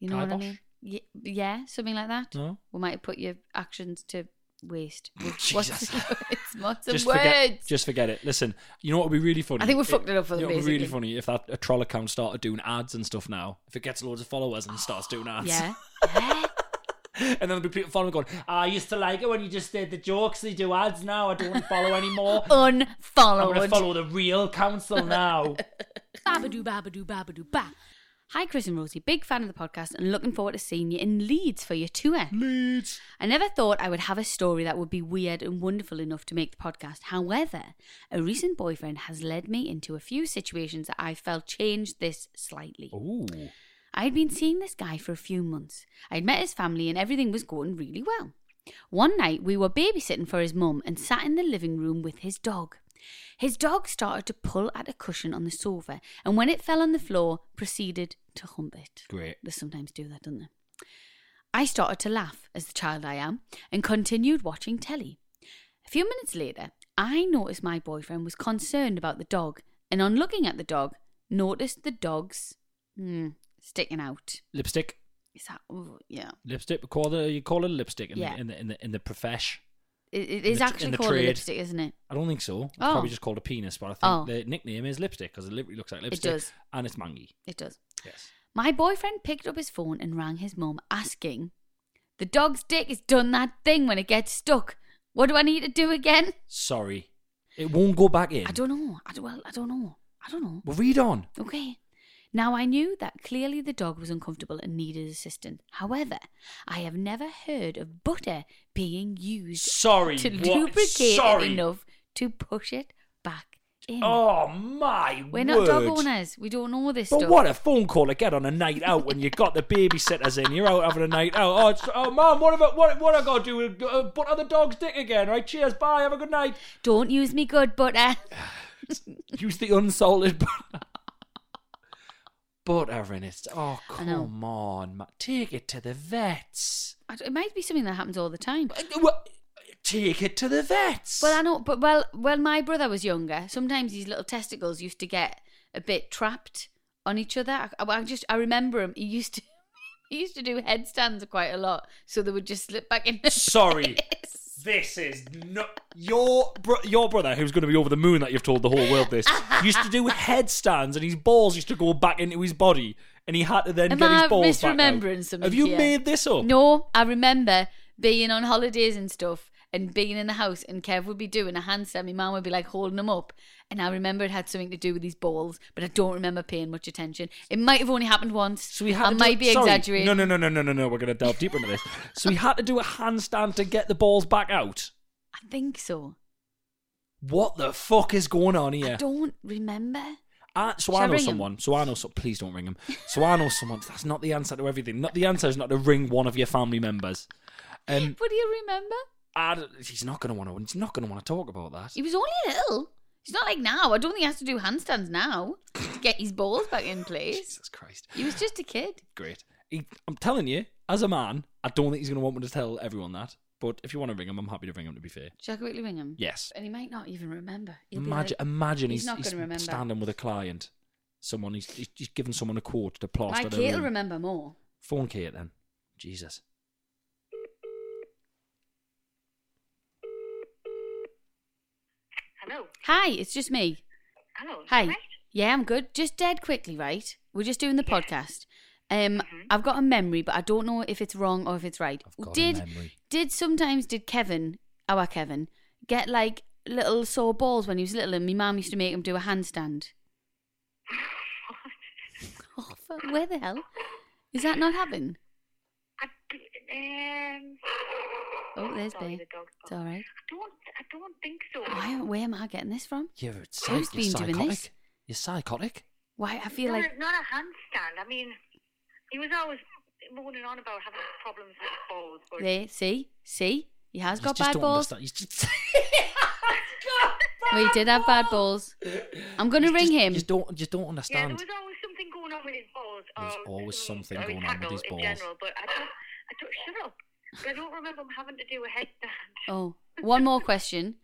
[SPEAKER 1] you know what I
[SPEAKER 2] Kibosh?
[SPEAKER 1] mean? Yeah, yeah, something like that.
[SPEAKER 2] No.
[SPEAKER 1] We might have put your actions to waste. What's-
[SPEAKER 2] Oh, Jesus.
[SPEAKER 1] What's, what's the
[SPEAKER 2] just
[SPEAKER 1] words?
[SPEAKER 2] forget, just forget it. Listen, you know what would be really funny?
[SPEAKER 1] I think we
[SPEAKER 2] If-
[SPEAKER 1] fucked it up for
[SPEAKER 2] you know
[SPEAKER 1] them,
[SPEAKER 2] what would be really
[SPEAKER 1] basically.
[SPEAKER 2] funny if that a troll account started doing ads and stuff now. If it gets loads of followers and starts doing ads,
[SPEAKER 1] yeah. yeah.
[SPEAKER 2] and then there'll be people following going, "Ah, "I used to like it when you just did the jokes. They do ads now. I don't want to follow anymore. I'm gonna
[SPEAKER 1] Unfollowed.
[SPEAKER 2] follow the real council now."
[SPEAKER 1] Babadoo, babadoo, babadoo, ba. Hi, Chris and Rosie. Big fan of the podcast and looking forward to seeing you in Leeds for your tour.
[SPEAKER 2] Leeds.
[SPEAKER 1] I never thought I would have a story that would be weird and wonderful enough to make the podcast. However, a recent boyfriend has led me into a few situations that I felt changed this slightly.
[SPEAKER 2] Ooh.
[SPEAKER 1] I had been seeing this guy for a few months. I had met his family and everything was going really well. One night we were babysitting for his mum and sat in the living room with his dog. His dog started to pull at a cushion on the sofa and when it fell on the floor proceeded to hump it.
[SPEAKER 2] Great.
[SPEAKER 1] They sometimes do that, don't they? I started to laugh, as the child I am, and continued watching telly. A few minutes later, I noticed my boyfriend was concerned about the dog, and on looking at the dog, noticed the dog's hmm, sticking out.
[SPEAKER 2] Lipstick.
[SPEAKER 1] Is that? Oh, yeah.
[SPEAKER 2] Lipstick. We Call it. You call it lipstick in,
[SPEAKER 1] Yeah.
[SPEAKER 2] the, in the in the in the profesh.
[SPEAKER 1] It, it
[SPEAKER 2] In
[SPEAKER 1] is
[SPEAKER 2] the tr- in
[SPEAKER 1] actually
[SPEAKER 2] the
[SPEAKER 1] called
[SPEAKER 2] trade.
[SPEAKER 1] a lipstick, isn't it?
[SPEAKER 2] I don't think so. It's
[SPEAKER 1] Oh.
[SPEAKER 2] probably just called a penis, but I think
[SPEAKER 1] Oh.
[SPEAKER 2] the nickname is lipstick because it literally looks like lipstick.
[SPEAKER 1] does.
[SPEAKER 2] And it's mangy.
[SPEAKER 1] It does.
[SPEAKER 2] Yes.
[SPEAKER 1] My boyfriend picked up his phone and rang his mum, asking, The dog's dick has done that thing when it gets stuck. What do I need to do again?
[SPEAKER 2] Sorry. It won't go back in.
[SPEAKER 1] I don't know. I don't, well, I don't know. I don't know.
[SPEAKER 2] Well, read on.
[SPEAKER 1] Okay. Now I knew that clearly the dog was uncomfortable and needed assistance. However, I have never heard of butter being used
[SPEAKER 2] Sorry,
[SPEAKER 1] to
[SPEAKER 2] what?
[SPEAKER 1] lubricate
[SPEAKER 2] Sorry.
[SPEAKER 1] it enough to push it back in.
[SPEAKER 2] Oh my
[SPEAKER 1] We're not dog
[SPEAKER 2] word.
[SPEAKER 1] owners. We don't know this
[SPEAKER 2] But
[SPEAKER 1] stuff.
[SPEAKER 2] what a phone call to get on a night out when you got the babysitters in. You're out having a night out. Oh, it's, oh mom, what about what? What I got to do? Uh, butt on the dog's dick again? Right? Cheers. Bye. Have a good night.
[SPEAKER 1] Don't use me good butter.
[SPEAKER 2] Use the unsalted butter. butter in it. Oh
[SPEAKER 1] I know.
[SPEAKER 2] come on, ma- take it to the vets.
[SPEAKER 1] I d- It might be something that happens all the time.
[SPEAKER 2] Uh, what? Take it to the vets.
[SPEAKER 1] Well, I know, but well, when my brother was younger, sometimes his little testicles used to get a bit trapped on each other. I, I- I just, I remember him. He used to, he used to do headstands quite a lot, so they would just slip back in. the
[SPEAKER 2] Sorry.
[SPEAKER 1] place.
[SPEAKER 2] This is not your bro- your brother, who's going to be over the moon that you've told the whole world this. used to do headstands, and his balls used to go back into his body, and he had to then
[SPEAKER 1] Am
[SPEAKER 2] get
[SPEAKER 1] I
[SPEAKER 2] his balls back. out.
[SPEAKER 1] misremembering something?
[SPEAKER 2] Have you
[SPEAKER 1] here?
[SPEAKER 2] made this up?
[SPEAKER 1] No, I remember being on holidays and stuff. And being in the house, and Kev would be doing a handstand. My mum would be like holding him up, and I remember it had something to do with his balls, but I don't remember paying much attention. It might have only happened once.
[SPEAKER 2] So he had
[SPEAKER 1] I
[SPEAKER 2] to do-
[SPEAKER 1] might be
[SPEAKER 2] sorry.
[SPEAKER 1] exaggerating.
[SPEAKER 2] No, no, no, no, no, no, no. We're going to delve deeper into this. So he had to do a handstand to get the balls back out.
[SPEAKER 1] I think so.
[SPEAKER 2] What the fuck is going on
[SPEAKER 1] I
[SPEAKER 2] here?
[SPEAKER 1] don't remember.
[SPEAKER 2] I, so
[SPEAKER 1] Shall
[SPEAKER 2] I
[SPEAKER 1] I
[SPEAKER 2] know
[SPEAKER 1] ring him?
[SPEAKER 2] someone. So I know. So please don't ring him. So I know someone. That's not the answer to everything. Not the answer is not to ring one of your family members. Um,
[SPEAKER 1] What do you remember?
[SPEAKER 2] I don't- he's not going to want to. He's not going to want to talk about that.
[SPEAKER 1] He was only little. It's not like now. I don't think he has to do handstands now to get his balls back in place.
[SPEAKER 2] Jesus Christ!
[SPEAKER 1] He was just a kid.
[SPEAKER 2] Great. He, I'm telling you, as a man, I don't think he's going to want me to tell everyone that. But if you want to ring him, I'm happy to ring him. To be fair,
[SPEAKER 1] Shall I quickly ring him?
[SPEAKER 2] yes.
[SPEAKER 1] And he might not even remember. He'll be
[SPEAKER 2] Imagine,
[SPEAKER 1] like,
[SPEAKER 2] imagine he's,
[SPEAKER 1] he's not
[SPEAKER 2] he's
[SPEAKER 1] gonna remember.
[SPEAKER 2] standing with a client, someone he's, he's, he's giving someone a quote to plaster.
[SPEAKER 1] My
[SPEAKER 2] their
[SPEAKER 1] kid will
[SPEAKER 2] room.
[SPEAKER 1] remember more.
[SPEAKER 2] Phone Kate then. Jesus.
[SPEAKER 1] Hi, it's just me. Hello.
[SPEAKER 3] Oh,
[SPEAKER 1] Hi. Yeah, I'm good. Just dead quickly, right? We're just doing the podcast. Um,
[SPEAKER 3] Mm-hmm.
[SPEAKER 1] I've got a memory, but I don't know if it's wrong or if it's right.
[SPEAKER 2] I've got a
[SPEAKER 1] did
[SPEAKER 2] memory.
[SPEAKER 1] did sometimes did Kevin, our Kevin, get like little sore balls when he was little, and my mum used to make him do a handstand. Oh, fuck, where the hell? Is that not happen?
[SPEAKER 3] I, um,
[SPEAKER 1] Oh, there's
[SPEAKER 3] sorry,
[SPEAKER 1] Bay.
[SPEAKER 3] the dog's
[SPEAKER 1] It's
[SPEAKER 3] gone.
[SPEAKER 1] all right.
[SPEAKER 3] I don't, I don't think so.
[SPEAKER 1] Why, where am I getting this from?
[SPEAKER 2] You're, a psych-
[SPEAKER 1] Who's
[SPEAKER 2] you're
[SPEAKER 1] been
[SPEAKER 2] psychotic.
[SPEAKER 1] doing this?
[SPEAKER 2] You're psychotic.
[SPEAKER 1] Why I feel
[SPEAKER 3] not,
[SPEAKER 1] like
[SPEAKER 3] a, not a handstand. I mean, he was always moaning on about having problems with balls, but
[SPEAKER 1] There, see, see, he has
[SPEAKER 2] You
[SPEAKER 1] got
[SPEAKER 2] just
[SPEAKER 1] bad
[SPEAKER 2] don't
[SPEAKER 1] balls.
[SPEAKER 2] understand. You just-
[SPEAKER 1] We did have bad balls. I'm gonna
[SPEAKER 2] you
[SPEAKER 1] ring
[SPEAKER 2] just-
[SPEAKER 1] him.
[SPEAKER 2] You just don't. You just don't
[SPEAKER 3] yeah, there
[SPEAKER 2] understand.
[SPEAKER 3] was always something going on with his balls.
[SPEAKER 2] There was
[SPEAKER 3] or
[SPEAKER 2] always
[SPEAKER 3] his-
[SPEAKER 2] something
[SPEAKER 3] or his
[SPEAKER 2] going on with
[SPEAKER 3] tackle
[SPEAKER 2] his balls.
[SPEAKER 3] In general, but I don't, I don't, shut up. But I don't remember him having to do a headstand.
[SPEAKER 1] Oh, one more question.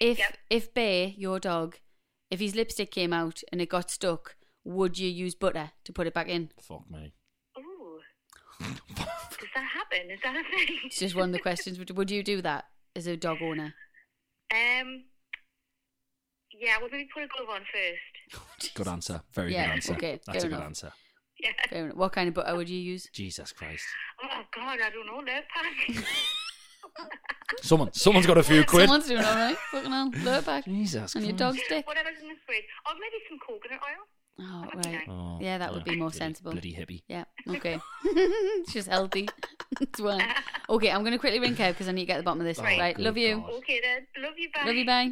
[SPEAKER 1] If
[SPEAKER 3] Yep.
[SPEAKER 1] if Bay, your dog, if his lipstick came out and it got stuck, would you use butter to put it back in?
[SPEAKER 2] Fuck me.
[SPEAKER 3] Ooh. Does that happen? Is that a thing?
[SPEAKER 1] It's just one of the questions. Would- Would you do that as a dog owner?
[SPEAKER 3] Um, yeah, would we put a glove on first?
[SPEAKER 2] Good answer. Very
[SPEAKER 1] Yeah,
[SPEAKER 2] good answer.
[SPEAKER 1] okay,
[SPEAKER 2] That's
[SPEAKER 1] fair
[SPEAKER 2] a good
[SPEAKER 1] enough.
[SPEAKER 2] answer.
[SPEAKER 3] Yeah.
[SPEAKER 1] Fair enough. What kind of butter would you use?
[SPEAKER 2] Jesus Christ.
[SPEAKER 3] Oh God, I don't know. Nerve panic.
[SPEAKER 2] Someone. Someone's got a few quid.
[SPEAKER 1] Someone's doing all right. Fucking hell, lower back
[SPEAKER 2] Jesus.
[SPEAKER 1] and your
[SPEAKER 2] Christ.
[SPEAKER 1] dog's dick.
[SPEAKER 3] Whatever's in the fridge, or maybe some coconut oil.
[SPEAKER 1] Oh,
[SPEAKER 3] That'd be
[SPEAKER 1] right.
[SPEAKER 3] nice.
[SPEAKER 2] Oh,
[SPEAKER 1] Yeah, that would be more
[SPEAKER 2] bloody-
[SPEAKER 1] sensible.
[SPEAKER 2] Bloody hippie.
[SPEAKER 1] Yeah. Okay. it's just healthy. it's one. Okay, I'm going to quickly ring Kev because I need to get to the bottom of this.
[SPEAKER 2] Oh,
[SPEAKER 1] right.
[SPEAKER 2] good
[SPEAKER 1] Love you.
[SPEAKER 2] God.
[SPEAKER 3] Okay then. Love you. Bye.
[SPEAKER 1] Love you. Bye.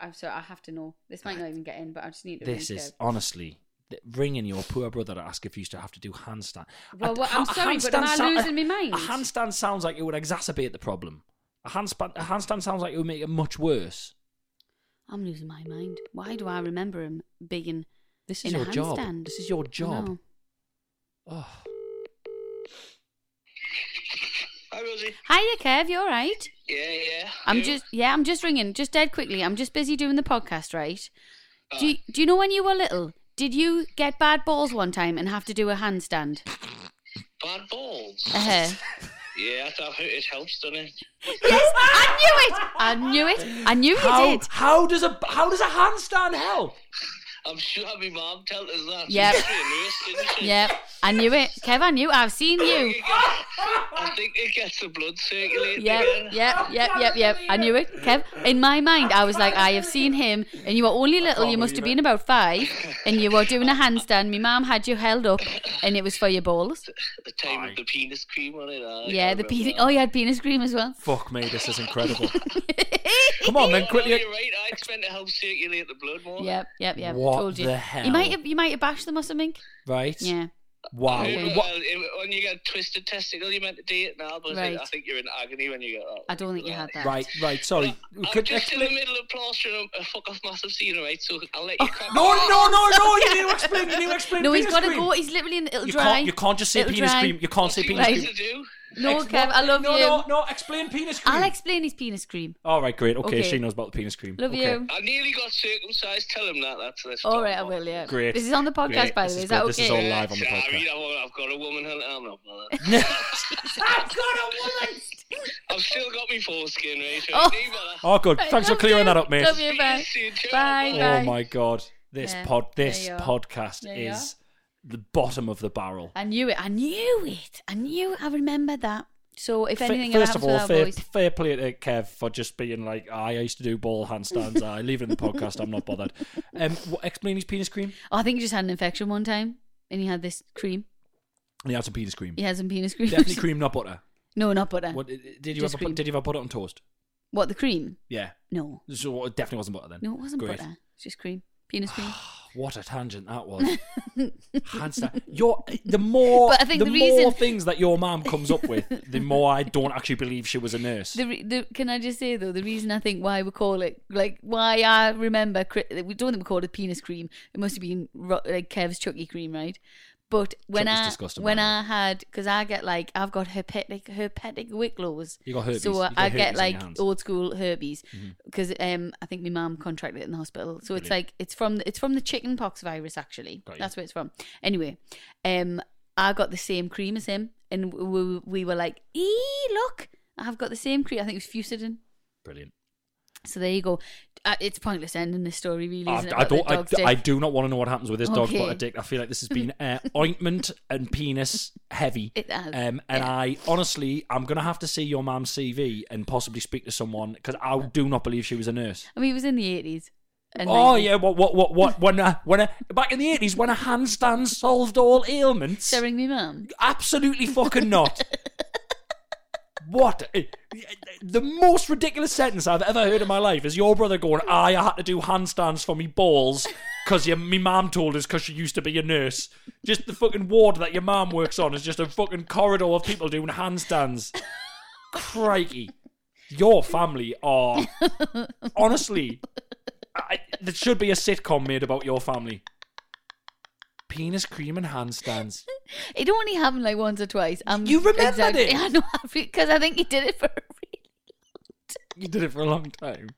[SPEAKER 1] I'm sorry. I have to know. This might not even get in, but I just need to.
[SPEAKER 2] This
[SPEAKER 1] ring
[SPEAKER 2] is
[SPEAKER 1] Kev.
[SPEAKER 2] honestly th- ringing your poor brother to ask if you used to have to do handstand.
[SPEAKER 1] Well, well, I'm
[SPEAKER 2] ha-
[SPEAKER 1] sorry, but am
[SPEAKER 2] handstand
[SPEAKER 1] I
[SPEAKER 2] sou-
[SPEAKER 1] losing my mind?
[SPEAKER 2] A handstand sounds like it would exacerbate the problem. A handstand, a handstand sounds like it would make it much worse.
[SPEAKER 1] I'm losing my mind. Why do I remember him being
[SPEAKER 2] This is
[SPEAKER 1] in a
[SPEAKER 2] your job.
[SPEAKER 1] handstand?
[SPEAKER 2] This is your
[SPEAKER 1] I
[SPEAKER 2] job.
[SPEAKER 1] know.
[SPEAKER 2] Oh,
[SPEAKER 7] Hi, Rosie.
[SPEAKER 1] Hiya, Kev. You all right?
[SPEAKER 7] Yeah, yeah.
[SPEAKER 1] I'm
[SPEAKER 7] You?
[SPEAKER 1] just yeah. I'm just ringing. Just dead quickly. I'm just busy doing the podcast. Right.
[SPEAKER 7] Ah,
[SPEAKER 1] Do you, Do you know when you were little? Did you get bad balls one time and have to do a handstand?
[SPEAKER 7] bad balls.
[SPEAKER 1] Uh-huh.
[SPEAKER 7] Yeah, I thought it helps, doesn't it?
[SPEAKER 1] Yes, I knew it. I knew it. I knew you
[SPEAKER 2] how,
[SPEAKER 1] did.
[SPEAKER 2] how does a how does a handstand help?
[SPEAKER 7] I'm sure my mum tells us that.
[SPEAKER 1] Yep.
[SPEAKER 7] She's a nurse, isn't she?
[SPEAKER 1] Yep, I knew it. Kev, I knew. I've seen you.
[SPEAKER 7] I think it gets the blood circulating
[SPEAKER 1] Yep,
[SPEAKER 7] again.
[SPEAKER 1] yep,
[SPEAKER 2] Oh,
[SPEAKER 1] yep, yep, yep. I knew it. Kev, in my mind, I was like, I have seen him, and you were only little. You must have been about five, and you were doing a handstand. My mum had you held up, and it was for your balls.
[SPEAKER 7] The time of the penis cream on it. uh, I
[SPEAKER 1] Yeah, the
[SPEAKER 7] remember
[SPEAKER 1] penis.
[SPEAKER 7] that.
[SPEAKER 1] Oh, you had penis cream as well.
[SPEAKER 2] Fuck me, this is incredible. Come on, then
[SPEAKER 7] Oh,
[SPEAKER 2] quickly.
[SPEAKER 7] you're right. I expect it helps circulate the blood more.
[SPEAKER 1] Yep, yep, yep.
[SPEAKER 2] What
[SPEAKER 1] Told you.
[SPEAKER 2] the hell?
[SPEAKER 1] You might have, you might have bashed them or something.
[SPEAKER 2] Right.
[SPEAKER 1] Yeah.
[SPEAKER 2] Wow.
[SPEAKER 1] Okay.
[SPEAKER 2] What-
[SPEAKER 7] Well, it- when you get a twisted testicle, you meant to do it now, but I think-
[SPEAKER 1] Right.
[SPEAKER 7] I think you're in agony when you get that.
[SPEAKER 1] I don't think you had that.
[SPEAKER 2] Right, right. Sorry.
[SPEAKER 7] I'm
[SPEAKER 2] Could-
[SPEAKER 7] just
[SPEAKER 2] explain- Oh,
[SPEAKER 7] in the middle of plastering a fuck off massive scene, right? So I'll let you crack
[SPEAKER 2] No, no, no, no! You need to explain. You need to explain.
[SPEAKER 1] No, he's
[SPEAKER 2] penis
[SPEAKER 1] got to
[SPEAKER 2] cream.
[SPEAKER 1] go. He's literally in the it'll
[SPEAKER 2] You
[SPEAKER 1] dry.
[SPEAKER 2] can't. You can't just say
[SPEAKER 1] It'll
[SPEAKER 2] penis
[SPEAKER 1] dry.
[SPEAKER 2] cream. You can't say
[SPEAKER 7] What do you
[SPEAKER 2] penis
[SPEAKER 7] want
[SPEAKER 1] Right.
[SPEAKER 7] me
[SPEAKER 2] cream.
[SPEAKER 7] to do?
[SPEAKER 1] No,
[SPEAKER 2] Ex-
[SPEAKER 1] Kev, I love
[SPEAKER 2] no,
[SPEAKER 1] you.
[SPEAKER 2] No, no, Explain penis cream.
[SPEAKER 1] I'll explain his penis cream.
[SPEAKER 2] All right, great. Okay,
[SPEAKER 1] Okay.
[SPEAKER 2] she knows about the penis cream.
[SPEAKER 1] Love
[SPEAKER 2] Okay.
[SPEAKER 1] you.
[SPEAKER 7] I nearly got circumcised. Tell him that. That's that's
[SPEAKER 1] All right, I will. Yeah.
[SPEAKER 2] Great.
[SPEAKER 1] This is on the podcast,
[SPEAKER 2] Great.
[SPEAKER 1] by
[SPEAKER 2] This
[SPEAKER 1] the way.
[SPEAKER 2] is
[SPEAKER 1] Is, that
[SPEAKER 2] good.
[SPEAKER 1] okay?
[SPEAKER 2] This is all live on the
[SPEAKER 7] I mean,
[SPEAKER 2] podcast.
[SPEAKER 7] I've- I've got a woman hunter. I'm not bothered. I've still got my foreskin, right? So
[SPEAKER 1] Oh.
[SPEAKER 7] it ain't bother.
[SPEAKER 2] oh, good.
[SPEAKER 1] Right,
[SPEAKER 2] Thanks for
[SPEAKER 1] love
[SPEAKER 2] clearing
[SPEAKER 1] you.
[SPEAKER 2] that up, mate.
[SPEAKER 1] Love you, bye.
[SPEAKER 7] See you, ciao,
[SPEAKER 1] Bye,
[SPEAKER 7] bye.
[SPEAKER 2] Oh
[SPEAKER 1] bye.
[SPEAKER 2] my god, this
[SPEAKER 1] Yeah,
[SPEAKER 2] pod,
[SPEAKER 1] there
[SPEAKER 2] this
[SPEAKER 1] you are.
[SPEAKER 2] podcast
[SPEAKER 1] There you
[SPEAKER 2] is the bottom of the barrel.
[SPEAKER 1] I knew it. I knew it. I knew it. I remember that. So if
[SPEAKER 2] F-
[SPEAKER 1] anything ever
[SPEAKER 2] First of
[SPEAKER 1] happens
[SPEAKER 2] all,
[SPEAKER 1] with our
[SPEAKER 2] fair,
[SPEAKER 1] boys,
[SPEAKER 2] fair play to Kev for just being like, "Ah, I used to do ball handstands. I leave it in the podcast. I'm not bothered. Um, what, explain his penis cream.
[SPEAKER 1] oh, I think he just had an infection one time, and he had this cream.
[SPEAKER 2] And he had some penis cream.
[SPEAKER 1] He had some penis cream.
[SPEAKER 2] Definitely cream, not butter.
[SPEAKER 1] no, not butter.
[SPEAKER 2] What did you
[SPEAKER 1] Just
[SPEAKER 2] ever
[SPEAKER 1] cream.
[SPEAKER 2] put, did you ever put it on toast?
[SPEAKER 1] What the cream?
[SPEAKER 2] Yeah.
[SPEAKER 1] No,
[SPEAKER 2] So it definitely wasn't butter then.
[SPEAKER 1] no, it wasn't
[SPEAKER 2] Great.
[SPEAKER 1] butter. It's just cream, penis cream.
[SPEAKER 2] What a tangent that was. Handstand. Your the more
[SPEAKER 1] But I think
[SPEAKER 2] the,
[SPEAKER 1] the
[SPEAKER 2] more
[SPEAKER 1] reason-
[SPEAKER 2] things that your mom comes up with, the more I don't actually believe she was a nurse.
[SPEAKER 1] The, re- the can I just say though the reason I think why we call it like why I remember cri- we don't think we called it penis cream it must have been ro- like Kev's Chucky cream right but when
[SPEAKER 2] Chucky's
[SPEAKER 1] I
[SPEAKER 2] disgusting,
[SPEAKER 1] when
[SPEAKER 2] by the way.
[SPEAKER 1] I had because I get like I've got herpetic herpetic wicklows
[SPEAKER 2] You got herpes.
[SPEAKER 1] so uh,
[SPEAKER 2] You got
[SPEAKER 1] I
[SPEAKER 2] herpes on
[SPEAKER 1] get
[SPEAKER 2] your
[SPEAKER 1] like
[SPEAKER 2] hands. Mm-hmm.
[SPEAKER 1] old school herpes because um I think my mum contracted it in the hospital so it's like it's from it's from the chickenpox virus actually
[SPEAKER 2] Got you.
[SPEAKER 1] that's where it's from anyway um I got the same cream as him, and we, we, we were like, "Ee, look, I've got the same cream." I think it was Fusidin.
[SPEAKER 2] Brilliant.
[SPEAKER 1] So there you go. Uh, it's pointless ending this story, really.
[SPEAKER 2] I,
[SPEAKER 1] Isn't it,
[SPEAKER 2] I
[SPEAKER 1] about the
[SPEAKER 2] don't. I,
[SPEAKER 1] dog's dick?
[SPEAKER 2] I do not want to know what happens with this dog's
[SPEAKER 1] Okay.
[SPEAKER 2] butter dick. I feel like this has been uh, ointment and penis heavy.
[SPEAKER 1] It has,
[SPEAKER 2] Um, and I honestly, I'm gonna have to see your mom's CV and possibly speak to someone because I do not believe she was a nurse.
[SPEAKER 1] I mean, it was in the eighties. And
[SPEAKER 2] oh
[SPEAKER 1] like,
[SPEAKER 2] yeah, what what what what when a, when a, back in the eighties when a handstand solved all ailments?
[SPEAKER 1] Staring me, mum.
[SPEAKER 2] Absolutely fucking not. what the most ridiculous sentence I've ever heard in my life is your brother going, "I had to do handstands for me balls." Because your me mum told us, because she used to be a nurse. Just the fucking ward that your mum works on is just a fucking corridor of people doing handstands. Crikey, your family are honestly I, there should be a sitcom made about your family. Penis cream and handstands.
[SPEAKER 1] It only happened like once or twice. I'm
[SPEAKER 2] You remembered it?
[SPEAKER 1] I know because I think he did it for.
[SPEAKER 2] You did it for a long time.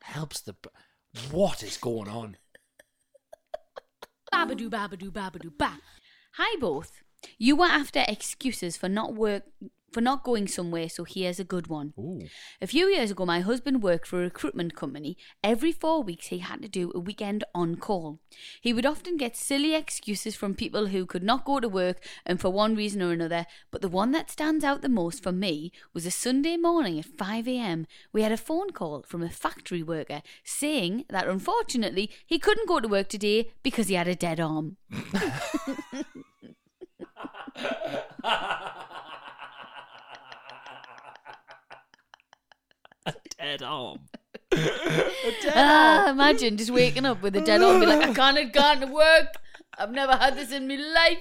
[SPEAKER 2] Helps the. b- What is going on?
[SPEAKER 3] Babadoo, babadoo, babadoo, ba.
[SPEAKER 1] Hi both. You were after excuses for not work for not going somewhere, so here's a good one. A few years ago, my husband worked for a recruitment company. Every four weeks, he had to do a weekend on call. He would often get silly excuses from people who could not go to work and for one reason or another, but the one that stands out the most for me was a Sunday morning at 5 am. We had a phone call from a factory worker saying that unfortunately he couldn't go to work today because he had a dead arm.
[SPEAKER 2] Dead arm.
[SPEAKER 1] Ah, imagine just waking up with a dead arm, be like, I can't have gone to work. I've never had this in my life.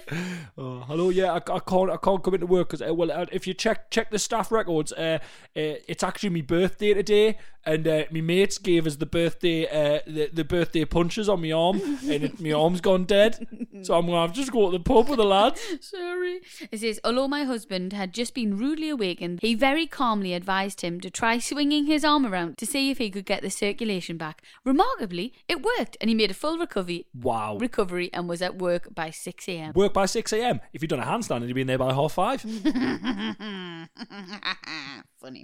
[SPEAKER 2] Uh, hello, yeah, I, I can't, I can't come into work because, uh, well, uh, if you check check the staff records, uh, uh, it's actually my birthday today, and uh, my mates gave us the birthday, uh, the, the birthday punches on my arm, and it, my arm's gone dead, so I'm gonna have to just go to the pub with the lads.
[SPEAKER 1] Sorry. It says, although my husband had just been rudely awakened, he very calmly advised him to try swinging his arm around to see if he could get the circulation back. Remarkably, it worked, and he made a full recovery,
[SPEAKER 2] Wow.
[SPEAKER 1] recovery and was at work by 6 a.m.
[SPEAKER 2] Work by 6 a.m. If you'd done a handstand, you'd been there by half five.
[SPEAKER 1] funny,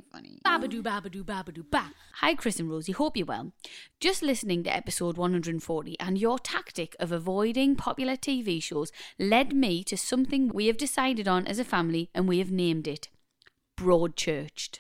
[SPEAKER 1] funny.
[SPEAKER 3] Babadoo, babadoo, babadoo, ba.
[SPEAKER 1] Hi, Chris and Rosie. Hope you're well. Just listening to episode 140 and your tactic of avoiding popular TV shows led me to something we have decided on as a family and we have named it Broadchurched.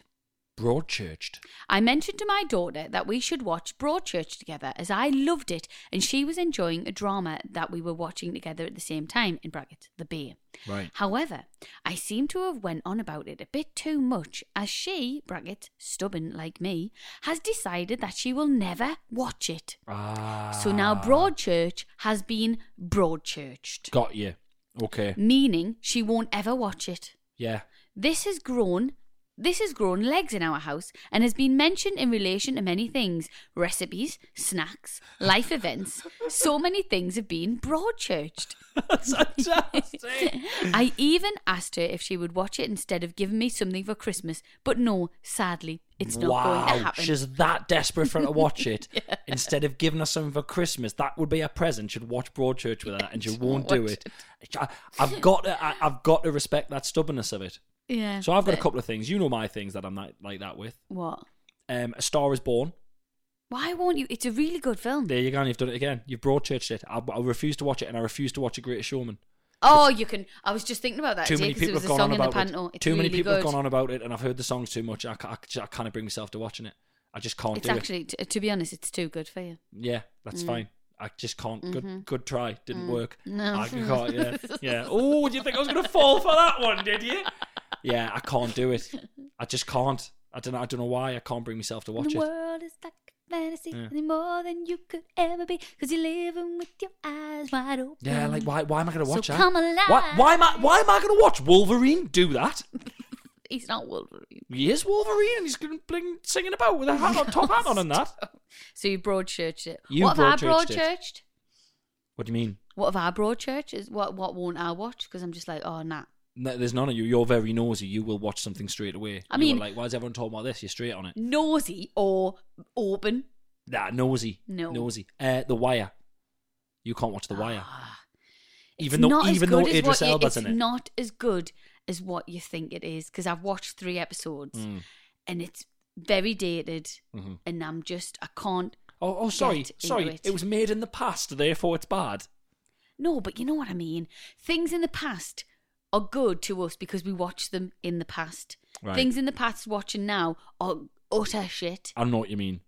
[SPEAKER 2] Broadchurched.
[SPEAKER 1] I mentioned to my daughter that we should watch Broadchurch together as I loved it and she was enjoying a drama that we were watching together at the same time, in brackets, The Bear.
[SPEAKER 2] Right.
[SPEAKER 1] However, I seem to have went on about it a bit too much as she, bracket, stubborn like me, has decided that she will never watch it.
[SPEAKER 2] Ah.
[SPEAKER 1] So now Broadchurch has been broadchurched,
[SPEAKER 2] Got you. Okay.
[SPEAKER 1] meaning she won't ever watch it.
[SPEAKER 2] Yeah.
[SPEAKER 1] This has grown this has grown legs in our house and has been mentioned in relation to many things recipes, snacks, life events. So many things have been broadchurched.
[SPEAKER 2] That's fantastic.
[SPEAKER 1] I even asked her if she would watch it instead of giving me something for Christmas, but no, sadly, it's not
[SPEAKER 2] wow.
[SPEAKER 1] going to happen.
[SPEAKER 2] She's that desperate for her to watch it. Instead of giving her something for Christmas, that would be a present. She'd watch Broadchurch with her, and she won't do
[SPEAKER 1] watch
[SPEAKER 2] it. I, I've got to. I, I've got to respect that stubbornness of it.
[SPEAKER 1] yeah.
[SPEAKER 2] So I've got a
[SPEAKER 1] but-
[SPEAKER 2] couple of things. You know my things that I'm like, like that with.
[SPEAKER 1] What?
[SPEAKER 2] Um, a Star is Born.
[SPEAKER 1] Why won't you? It's a really good film.
[SPEAKER 2] There you go. and You've done it again. You've Broadchurched it. I, I refuse to watch it, and I refuse to watch A Greater Showman.
[SPEAKER 1] Oh, you can. I was just thinking about that
[SPEAKER 2] too
[SPEAKER 1] today
[SPEAKER 2] many
[SPEAKER 1] because it
[SPEAKER 2] people
[SPEAKER 1] was
[SPEAKER 2] have
[SPEAKER 1] a
[SPEAKER 2] gone on
[SPEAKER 1] song in the
[SPEAKER 2] about
[SPEAKER 1] panto.
[SPEAKER 2] it.
[SPEAKER 1] It's
[SPEAKER 2] Too many
[SPEAKER 1] really
[SPEAKER 2] people
[SPEAKER 1] good.
[SPEAKER 2] have gone on about it, and I've heard the songs too much. I, ca- I, ca- I can't bring myself to watching it. I just can't
[SPEAKER 1] It's
[SPEAKER 2] do it.
[SPEAKER 1] actually, t- to be honest, it's too good for you.
[SPEAKER 2] Yeah,
[SPEAKER 1] Mm.
[SPEAKER 2] that's fine. I just can't. Good, good try. Didn't work.
[SPEAKER 1] Mm-hmm. No.
[SPEAKER 2] I can't. Yeah, yeah. Oh, do you think I was gonna fall for that one? Did you? Yeah, I can't do it. I just can't. I don't. know- I don't know why. I can't bring myself to watch
[SPEAKER 1] the
[SPEAKER 2] it.
[SPEAKER 1] world is like a fantasy,
[SPEAKER 2] Yeah.
[SPEAKER 1] any more than you could ever be, because you're living with your eyes wide open.
[SPEAKER 2] Yeah, like why? Why am I gonna
[SPEAKER 1] So
[SPEAKER 2] watch that?
[SPEAKER 1] come
[SPEAKER 2] Why? Why am I? Why am I gonna watch Wolverine do that?
[SPEAKER 1] He's not Wolverine.
[SPEAKER 2] He is Wolverine, and he's gonna bling, singing about with a hat on, top hat on, and that.
[SPEAKER 1] So you broadchurched it.
[SPEAKER 2] You
[SPEAKER 1] what have I
[SPEAKER 2] broadchurched it.
[SPEAKER 1] broadchurched?
[SPEAKER 2] What do you mean?
[SPEAKER 1] What have I broadchurched? Is what what won't I watch? Because I'm just like, oh nah.
[SPEAKER 2] No, there's none of you. You're very nosy. You will watch something straight away.
[SPEAKER 1] I
[SPEAKER 2] You
[SPEAKER 1] mean-
[SPEAKER 2] were like, why is everyone talking about this? You're straight on it.
[SPEAKER 1] Nosy or open?
[SPEAKER 2] Nah, nosy.
[SPEAKER 1] No.
[SPEAKER 2] nosy. Uh, the Wire. You can't watch The Wire,
[SPEAKER 1] Ah.
[SPEAKER 2] even
[SPEAKER 1] It's
[SPEAKER 2] though
[SPEAKER 1] not as
[SPEAKER 2] even though
[SPEAKER 1] good as
[SPEAKER 2] Idris
[SPEAKER 1] what you-
[SPEAKER 2] Elba's in
[SPEAKER 1] it's
[SPEAKER 2] it.
[SPEAKER 1] not as good as what you think it is because I've watched three episodes
[SPEAKER 2] Mm.
[SPEAKER 1] and it's very dated
[SPEAKER 2] Mhm.
[SPEAKER 1] and I'm just I can't.
[SPEAKER 2] Oh, oh, sorry,
[SPEAKER 1] Get into
[SPEAKER 2] sorry.
[SPEAKER 1] it.
[SPEAKER 2] It. was made in the past, therefore it's bad.
[SPEAKER 1] No, but you know what I mean. Things in the past are good to us because we watch them in the past.
[SPEAKER 2] Right.
[SPEAKER 1] Things in the past watching now are utter shit.
[SPEAKER 2] I know what you mean.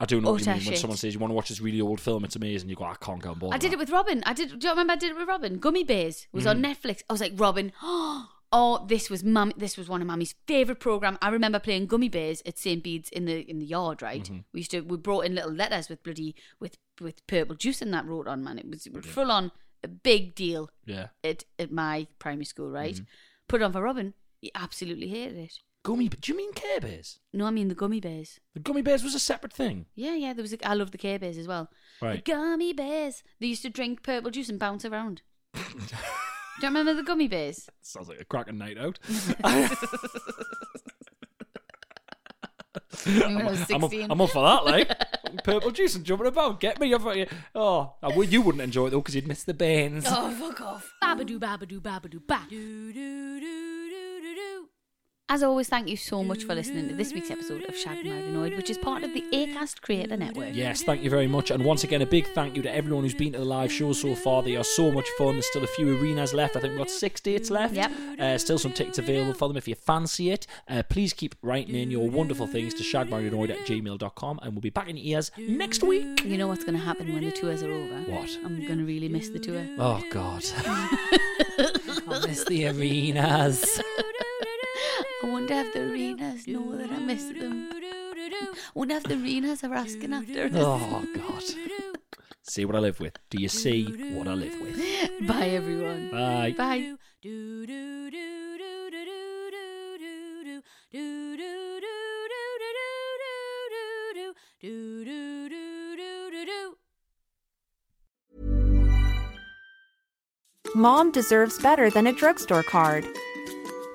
[SPEAKER 2] I do know what you
[SPEAKER 1] Utter
[SPEAKER 2] mean when
[SPEAKER 1] Oh, shit.
[SPEAKER 2] someone says you want to watch this really old film, it's amazing. You go, I can't go and bother.
[SPEAKER 1] I did it with Robin. I did. Do you remember I did it with Robin? Gummy Bears was on Netflix. I was like, Robin, oh, this was mum. This was one of Mummy's favorite program. I remember playing Gummy Bears at St Bede's in the in the yard. Right, we used to we brought in little letters with bloody with with purple juice and that wrote on. Man, it was full on a big deal
[SPEAKER 2] Yeah.
[SPEAKER 1] at at my primary school. Right, put it on for Robin. He absolutely hated it.
[SPEAKER 2] Gummy. Do you mean Care Bears?
[SPEAKER 1] No, I mean the Gummy Bears.
[SPEAKER 2] The Gummy Bears was a separate thing.
[SPEAKER 1] Yeah, yeah. There was. A, I love the Care Bears as well.
[SPEAKER 2] Right.
[SPEAKER 1] The gummy bears. They used to drink purple juice and bounce around. Do you remember the gummy bears?
[SPEAKER 2] Sounds like a cracking night out.
[SPEAKER 1] When I was
[SPEAKER 2] I'm, up,
[SPEAKER 1] 16.
[SPEAKER 2] I'm up for that, like. Purple juice and jumping about. Get me. up here. Oh, I would- you wouldn't enjoy it though because you'd miss the bands.
[SPEAKER 1] Oh, fuck off.
[SPEAKER 3] Babadoo, babadoo, babadoo, ba. Doo, doo, doo, doo, doo, doo.
[SPEAKER 1] As always, thank you so much for listening to this week's episode of Shag Married Annoyed, which is part of the Acast Creator Network.
[SPEAKER 2] Yes, thank you very much. And once again, a big thank you to everyone who's been to the live show so far. They are so much fun. There's still a few arenas left. I think we've got six dates left.
[SPEAKER 1] Yep.
[SPEAKER 2] Uh, still some tickets available for them if you fancy it. Uh, please keep writing in your wonderful things to shagmarinoid at gmail.com and we'll be back in your ears next week.
[SPEAKER 1] You know what's going to happen when the tours are over?
[SPEAKER 2] What?
[SPEAKER 1] I'm going to really miss the tour.
[SPEAKER 2] Oh, God. I miss the arenas.
[SPEAKER 1] I wonder if the arenas know that I miss them. I wonder if the arenas are asking after us.
[SPEAKER 2] Oh, God. See what I live with. Do you see what I live with?
[SPEAKER 1] Bye, everyone.
[SPEAKER 2] Bye.
[SPEAKER 1] Bye.
[SPEAKER 3] Doo, doo, doo, doo, doo, doo, doo, doo, doo. Doo, doo, doo, doo, doo, doo, doo, doo, doo. Doo, doo, doo, doo, doo, doo.
[SPEAKER 8] Mom deserves better than a drugstore card.